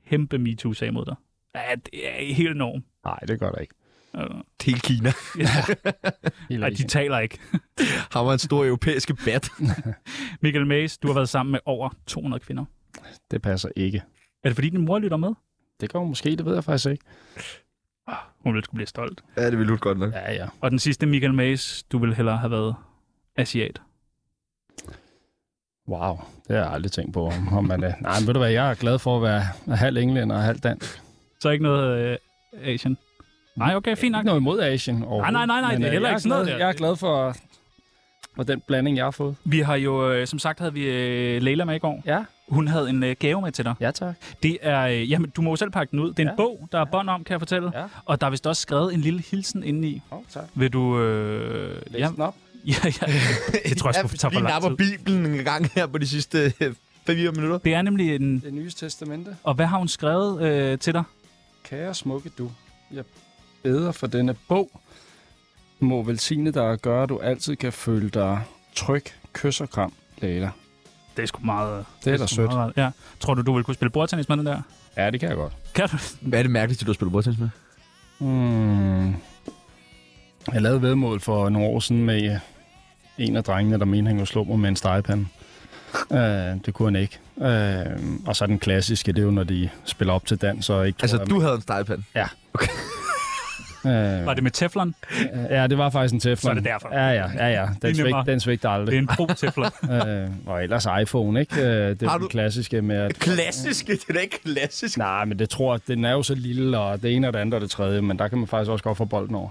[SPEAKER 2] kæmpe MeToo-sag mod dig. Ja, det er helt enormt.
[SPEAKER 6] Nej, det gør der ikke.
[SPEAKER 2] Øh,
[SPEAKER 1] Det er Kina.
[SPEAKER 6] Helt
[SPEAKER 2] Ej, de
[SPEAKER 6] ikke.
[SPEAKER 2] taler ikke.
[SPEAKER 1] Har man en stor europæisk bat.
[SPEAKER 2] Michael Mays, du har været sammen med over 200 kvinder.
[SPEAKER 6] Det passer ikke.
[SPEAKER 2] Er det fordi, din mor lytter med?
[SPEAKER 6] Det går måske, det ved jeg faktisk ikke.
[SPEAKER 2] Hun ville skulle blive stolt.
[SPEAKER 1] ja, det ville du godt nok.
[SPEAKER 6] Ja, ja.
[SPEAKER 2] Og den sidste, Michael Mays, du ville hellere have været asiat.
[SPEAKER 6] Wow, det har jeg aldrig tænkt på. Om, om man er... Nej, men ved du hvad, jeg er glad for at være halv englænder og halv dansk.
[SPEAKER 2] Så ikke noget øh, Asian. Nej, okay, fint nok.
[SPEAKER 6] Ikke noget imod Asien
[SPEAKER 2] Nej, nej, nej, nej, det er
[SPEAKER 6] øh,
[SPEAKER 2] heller
[SPEAKER 6] jeg
[SPEAKER 2] ikke sådan noget
[SPEAKER 6] glad-
[SPEAKER 2] der.
[SPEAKER 6] Jeg er glad for, for den blanding, jeg har fået.
[SPEAKER 2] Vi har jo, øh, som sagt, havde vi øh, Leila med i går.
[SPEAKER 6] Ja,
[SPEAKER 2] Hun havde en øh, gave med til dig.
[SPEAKER 6] ja tak.
[SPEAKER 2] Det er, øh, jamen, du må jo selv pakke den ud. Det er en
[SPEAKER 6] Ja.
[SPEAKER 2] bog, der er bånd om, kan jeg fortælle.
[SPEAKER 6] Ja.
[SPEAKER 2] Og der er vist også skrevet en lille hilsen indeni.
[SPEAKER 6] Oh, tak.
[SPEAKER 2] Vil du... Øh,
[SPEAKER 6] Læs den op.
[SPEAKER 2] ja, ja, jeg tror, jeg skulle tage for
[SPEAKER 1] lige
[SPEAKER 2] lang
[SPEAKER 1] napper
[SPEAKER 2] tid.
[SPEAKER 1] Bibelen en gang her på de sidste 5 minutter.
[SPEAKER 2] Det er nemlig en...
[SPEAKER 6] Det nye testamente.
[SPEAKER 2] Og hvad har hun skrevet øh, til dig?
[SPEAKER 6] Kære smukke du, jeg beder for denne bog. Må velsigne dig og gøre, at du altid kan føle dig tryg. Kys og kram, Leila.
[SPEAKER 2] Det er sgu meget...
[SPEAKER 6] Det er da
[SPEAKER 2] sgu
[SPEAKER 6] sødt.
[SPEAKER 2] meget rart. Ja. Tror du, du ville kunne spille bordtennis med den der?
[SPEAKER 6] Ja, det kan jeg godt.
[SPEAKER 2] Kan du?
[SPEAKER 1] Hvad er det mærkeligt, du har spillet bordtennis med?
[SPEAKER 6] Mm. Jeg lavede vedmål for nogle år siden med øh, en af drengene, der mente, han kunne slå mig med en stegepande. Uh, det kunne han ikke. Uh, og så den klassiske, det er jo, når de spiller op til dans og ikke...
[SPEAKER 1] Altså, du havde en stegepande.
[SPEAKER 6] Uh,
[SPEAKER 2] Var det med teflon?
[SPEAKER 6] Øh, Ja, det var faktisk en teflon.
[SPEAKER 2] Så er det derfor.
[SPEAKER 6] Ja, ja, ja. ja.
[SPEAKER 2] er
[SPEAKER 6] Den, svigt,
[SPEAKER 2] nemmere.
[SPEAKER 6] den svigter
[SPEAKER 2] Det er
[SPEAKER 6] aldrig.
[SPEAKER 2] en pro-teflon.
[SPEAKER 6] øh, og ellers iPhone, ikke? Øh, det er
[SPEAKER 1] Har
[SPEAKER 6] du...
[SPEAKER 1] du-
[SPEAKER 6] den klassiske med at...
[SPEAKER 1] Klassiske, det er da ikke klassisk.
[SPEAKER 6] Nej, men det tror jeg, den er jo så lille, og det ene og det andet og det tredje, men der kan man faktisk også godt få bolden over.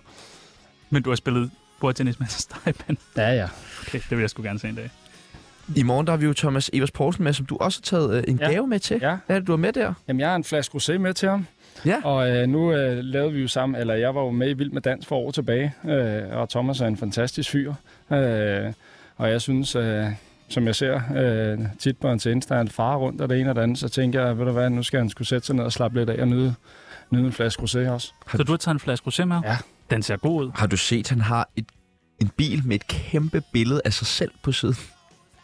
[SPEAKER 2] Men du har spillet bordtennis med en stegepand.
[SPEAKER 6] Ja, ja.
[SPEAKER 2] Okay, det vil jeg sgu gerne se en dag.
[SPEAKER 1] I morgen der har vi jo Thomas Evers Poulsen med, som du også har taget øh, en
[SPEAKER 6] Ja.
[SPEAKER 1] gave med til.
[SPEAKER 6] ja.
[SPEAKER 1] Hvad er det, du har med der?
[SPEAKER 6] Jamen, jeg har en flaske rosé med til ham.
[SPEAKER 1] Ja.
[SPEAKER 6] Og øh, nu øh, lavede vi jo sammen, eller jeg var jo med i Vild med Dans for år tilbage, øh, og Thomas er en fantastisk fyr. Øh, og jeg synes, øh, som jeg ser øh, tit på hans Insta, han far rundt og det ene og det andet, så tænker jeg, ved du hvad, nu skal han skulle sætte sig ned og slappe lidt af og nyde, nyde en flaske rosé også.
[SPEAKER 2] Så du har taget en flaske rosé med?
[SPEAKER 6] Ja.
[SPEAKER 2] Den ser god ud.
[SPEAKER 1] Har du set, han har et, en bil med et kæmpe billede af sig selv på siden?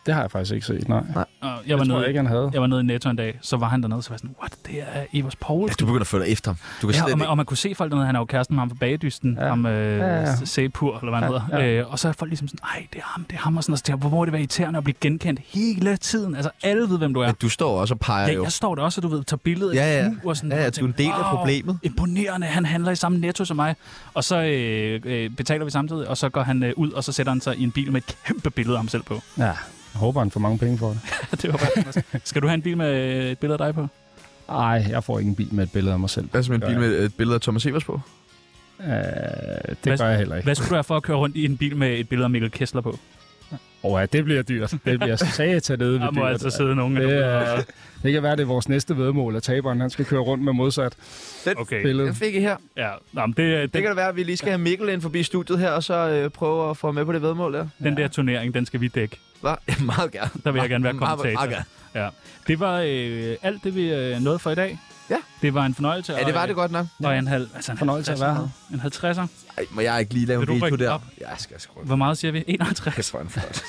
[SPEAKER 6] Det har jeg faktisk ikke set, nej.
[SPEAKER 2] Og
[SPEAKER 6] Jeg
[SPEAKER 2] jeg var
[SPEAKER 6] det tror
[SPEAKER 2] nede
[SPEAKER 6] jeg ikke, han havde.
[SPEAKER 2] jeg var nede i Netto en dag, så var han dernede, så var jeg sådan, what, det er Evers Poul.
[SPEAKER 1] Ja, du begynder at følge efter ham. Du kan
[SPEAKER 2] Ja,
[SPEAKER 1] slet
[SPEAKER 2] og man,
[SPEAKER 1] ikke...
[SPEAKER 2] og man kunne se folk dernede, han er jo kæresten med ham fra Bagedysten, ja.
[SPEAKER 6] Ja.
[SPEAKER 2] ham øh, ja, ja.
[SPEAKER 6] Ja, ja.
[SPEAKER 2] Sepur, eller hvad han ja,
[SPEAKER 6] Ja,
[SPEAKER 2] hedder. Ja. Øh, og så er folk ligesom sådan, ej, det er ham, det er ham, og sådan noget. Så tænker jeg, Hvor må det være irriterende at blive genkendt hele tiden? Altså, alle ved, hvem du er.
[SPEAKER 1] Men du står også og peger
[SPEAKER 2] Ja,
[SPEAKER 1] jo.
[SPEAKER 2] jeg står der også, og du ved, tager billeder
[SPEAKER 1] Ja,
[SPEAKER 2] ja, ja.
[SPEAKER 1] ja.
[SPEAKER 2] i smug og sådan
[SPEAKER 1] Ja, ja,
[SPEAKER 2] noget,
[SPEAKER 1] du
[SPEAKER 2] og
[SPEAKER 1] er en del af
[SPEAKER 2] "Wow,
[SPEAKER 1] problemet."
[SPEAKER 2] Imponerende, han handler i samme netto som mig. Og så øh, øh, betaler vi samtidig, og så går han øh, ud, og så sætter han sig i en bil med et kæmpe billede af ham selv på.
[SPEAKER 6] Ja, jeg håber, han får mange penge for det.
[SPEAKER 2] det var bare også. Skal du have en bil med øh, et billede af dig på?
[SPEAKER 6] Nej, jeg får ikke en bil med et billede af mig selv.
[SPEAKER 1] Hvad som en
[SPEAKER 6] Ja,
[SPEAKER 1] bil
[SPEAKER 6] ja.
[SPEAKER 1] med et billede af Thomas Evers på?
[SPEAKER 6] Øh, det
[SPEAKER 2] Hvad-
[SPEAKER 6] gør jeg heller ikke.
[SPEAKER 2] Hvad skulle du have for at køre rundt i en bil med et billede af Mikkel Kessler på?
[SPEAKER 6] Åh, oh, ja, det bliver dyrt. Det bliver satanede ved
[SPEAKER 2] Der må
[SPEAKER 6] dyrt.
[SPEAKER 2] altså sidde nogen.
[SPEAKER 6] Det,
[SPEAKER 2] Det,
[SPEAKER 6] er, det kan være, det er vores næste vedmål, at taberen han skal køre rundt med modsat
[SPEAKER 2] okay,
[SPEAKER 6] billede.
[SPEAKER 1] Jeg fik I her.
[SPEAKER 2] ja. Nå, men det, er-
[SPEAKER 1] Det
[SPEAKER 2] den,
[SPEAKER 1] kan da være, at vi lige skal have Mikkel ind forbi studiet her, og så øh, prøve at få ham med på det vedmål der.
[SPEAKER 2] den der turnering, den skal vi dække.
[SPEAKER 1] Hva? Meget gerne.
[SPEAKER 2] Der vil jeg gerne være
[SPEAKER 1] Meget- meget
[SPEAKER 2] kommentator.
[SPEAKER 1] gerne.
[SPEAKER 2] Det var øh, alt det, vi øh, nåede for i dag.
[SPEAKER 1] Ja.
[SPEAKER 2] Det var en fornøjelse.
[SPEAKER 1] Ja, det var det godt nok.
[SPEAKER 2] Og en, halv, altså en
[SPEAKER 6] Fornøjelse at være
[SPEAKER 2] 50'er. En 50'er.
[SPEAKER 1] Ej, må jeg ikke lige lave
[SPEAKER 2] Vil
[SPEAKER 1] en
[SPEAKER 2] du
[SPEAKER 1] video
[SPEAKER 2] rykke
[SPEAKER 1] der?
[SPEAKER 2] op?
[SPEAKER 1] Jeg skal skrue.
[SPEAKER 2] Hvor meget siger vi? 51.
[SPEAKER 1] Kæft, hvor er den flot.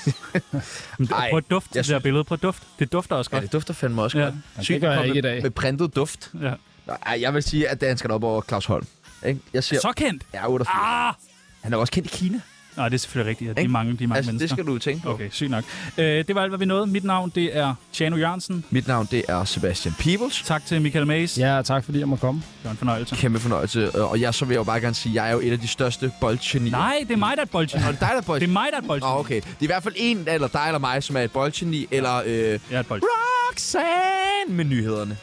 [SPEAKER 2] Men
[SPEAKER 1] Ej,
[SPEAKER 2] prøv at dufte
[SPEAKER 1] jeg
[SPEAKER 2] det der billede. Prøv at dufte. Det dufter også
[SPEAKER 1] Ja,
[SPEAKER 2] godt.
[SPEAKER 1] det dufter fandme også
[SPEAKER 2] Ja.
[SPEAKER 1] godt.
[SPEAKER 6] Ja,
[SPEAKER 1] Sygt,
[SPEAKER 6] det gør
[SPEAKER 1] at
[SPEAKER 6] jeg
[SPEAKER 1] komme
[SPEAKER 6] ikke i dag.
[SPEAKER 1] Med printet duft.
[SPEAKER 2] Ja.
[SPEAKER 1] Nej, jeg vil sige, at det, han skal op over Claus Holm. Ikke? Jeg siger,
[SPEAKER 2] Så kendt!
[SPEAKER 1] jeg er 88.
[SPEAKER 2] Ah!
[SPEAKER 1] Han er jo også kendt i Kina.
[SPEAKER 2] Nej, det er selvfølgelig rigtigt. at De er
[SPEAKER 1] Ikke?
[SPEAKER 2] mange, de er mange
[SPEAKER 1] Altså, det
[SPEAKER 2] mennesker.
[SPEAKER 1] skal du tænke på.
[SPEAKER 2] Okay, sygt nok. Øh, det var alt, hvad vi nåede. Mit navn, det er Tjano Jørgensen.
[SPEAKER 1] Mit navn, det er Sebastian Peebles.
[SPEAKER 2] Tak til Michael Mays.
[SPEAKER 6] Ja, og tak fordi jeg må komme.
[SPEAKER 2] Det var en fornøjelse.
[SPEAKER 1] Kæmpe fornøjelse. Øh, Og jeg, så vil jeg jo bare gerne sige, at jeg er jo et af de største boldgenier.
[SPEAKER 2] Nej, det er mig, der er et bolsje.
[SPEAKER 1] Nå, det er dig, der er
[SPEAKER 2] Det
[SPEAKER 1] boldgeni.
[SPEAKER 2] er mig, der er et bolsje.
[SPEAKER 1] Nå, okay. Det er i hvert fald en, eller dig eller mig, som er et boldgeni, eller øh,
[SPEAKER 2] Jeg er et bolsje.
[SPEAKER 1] Roxanne med nyhederne.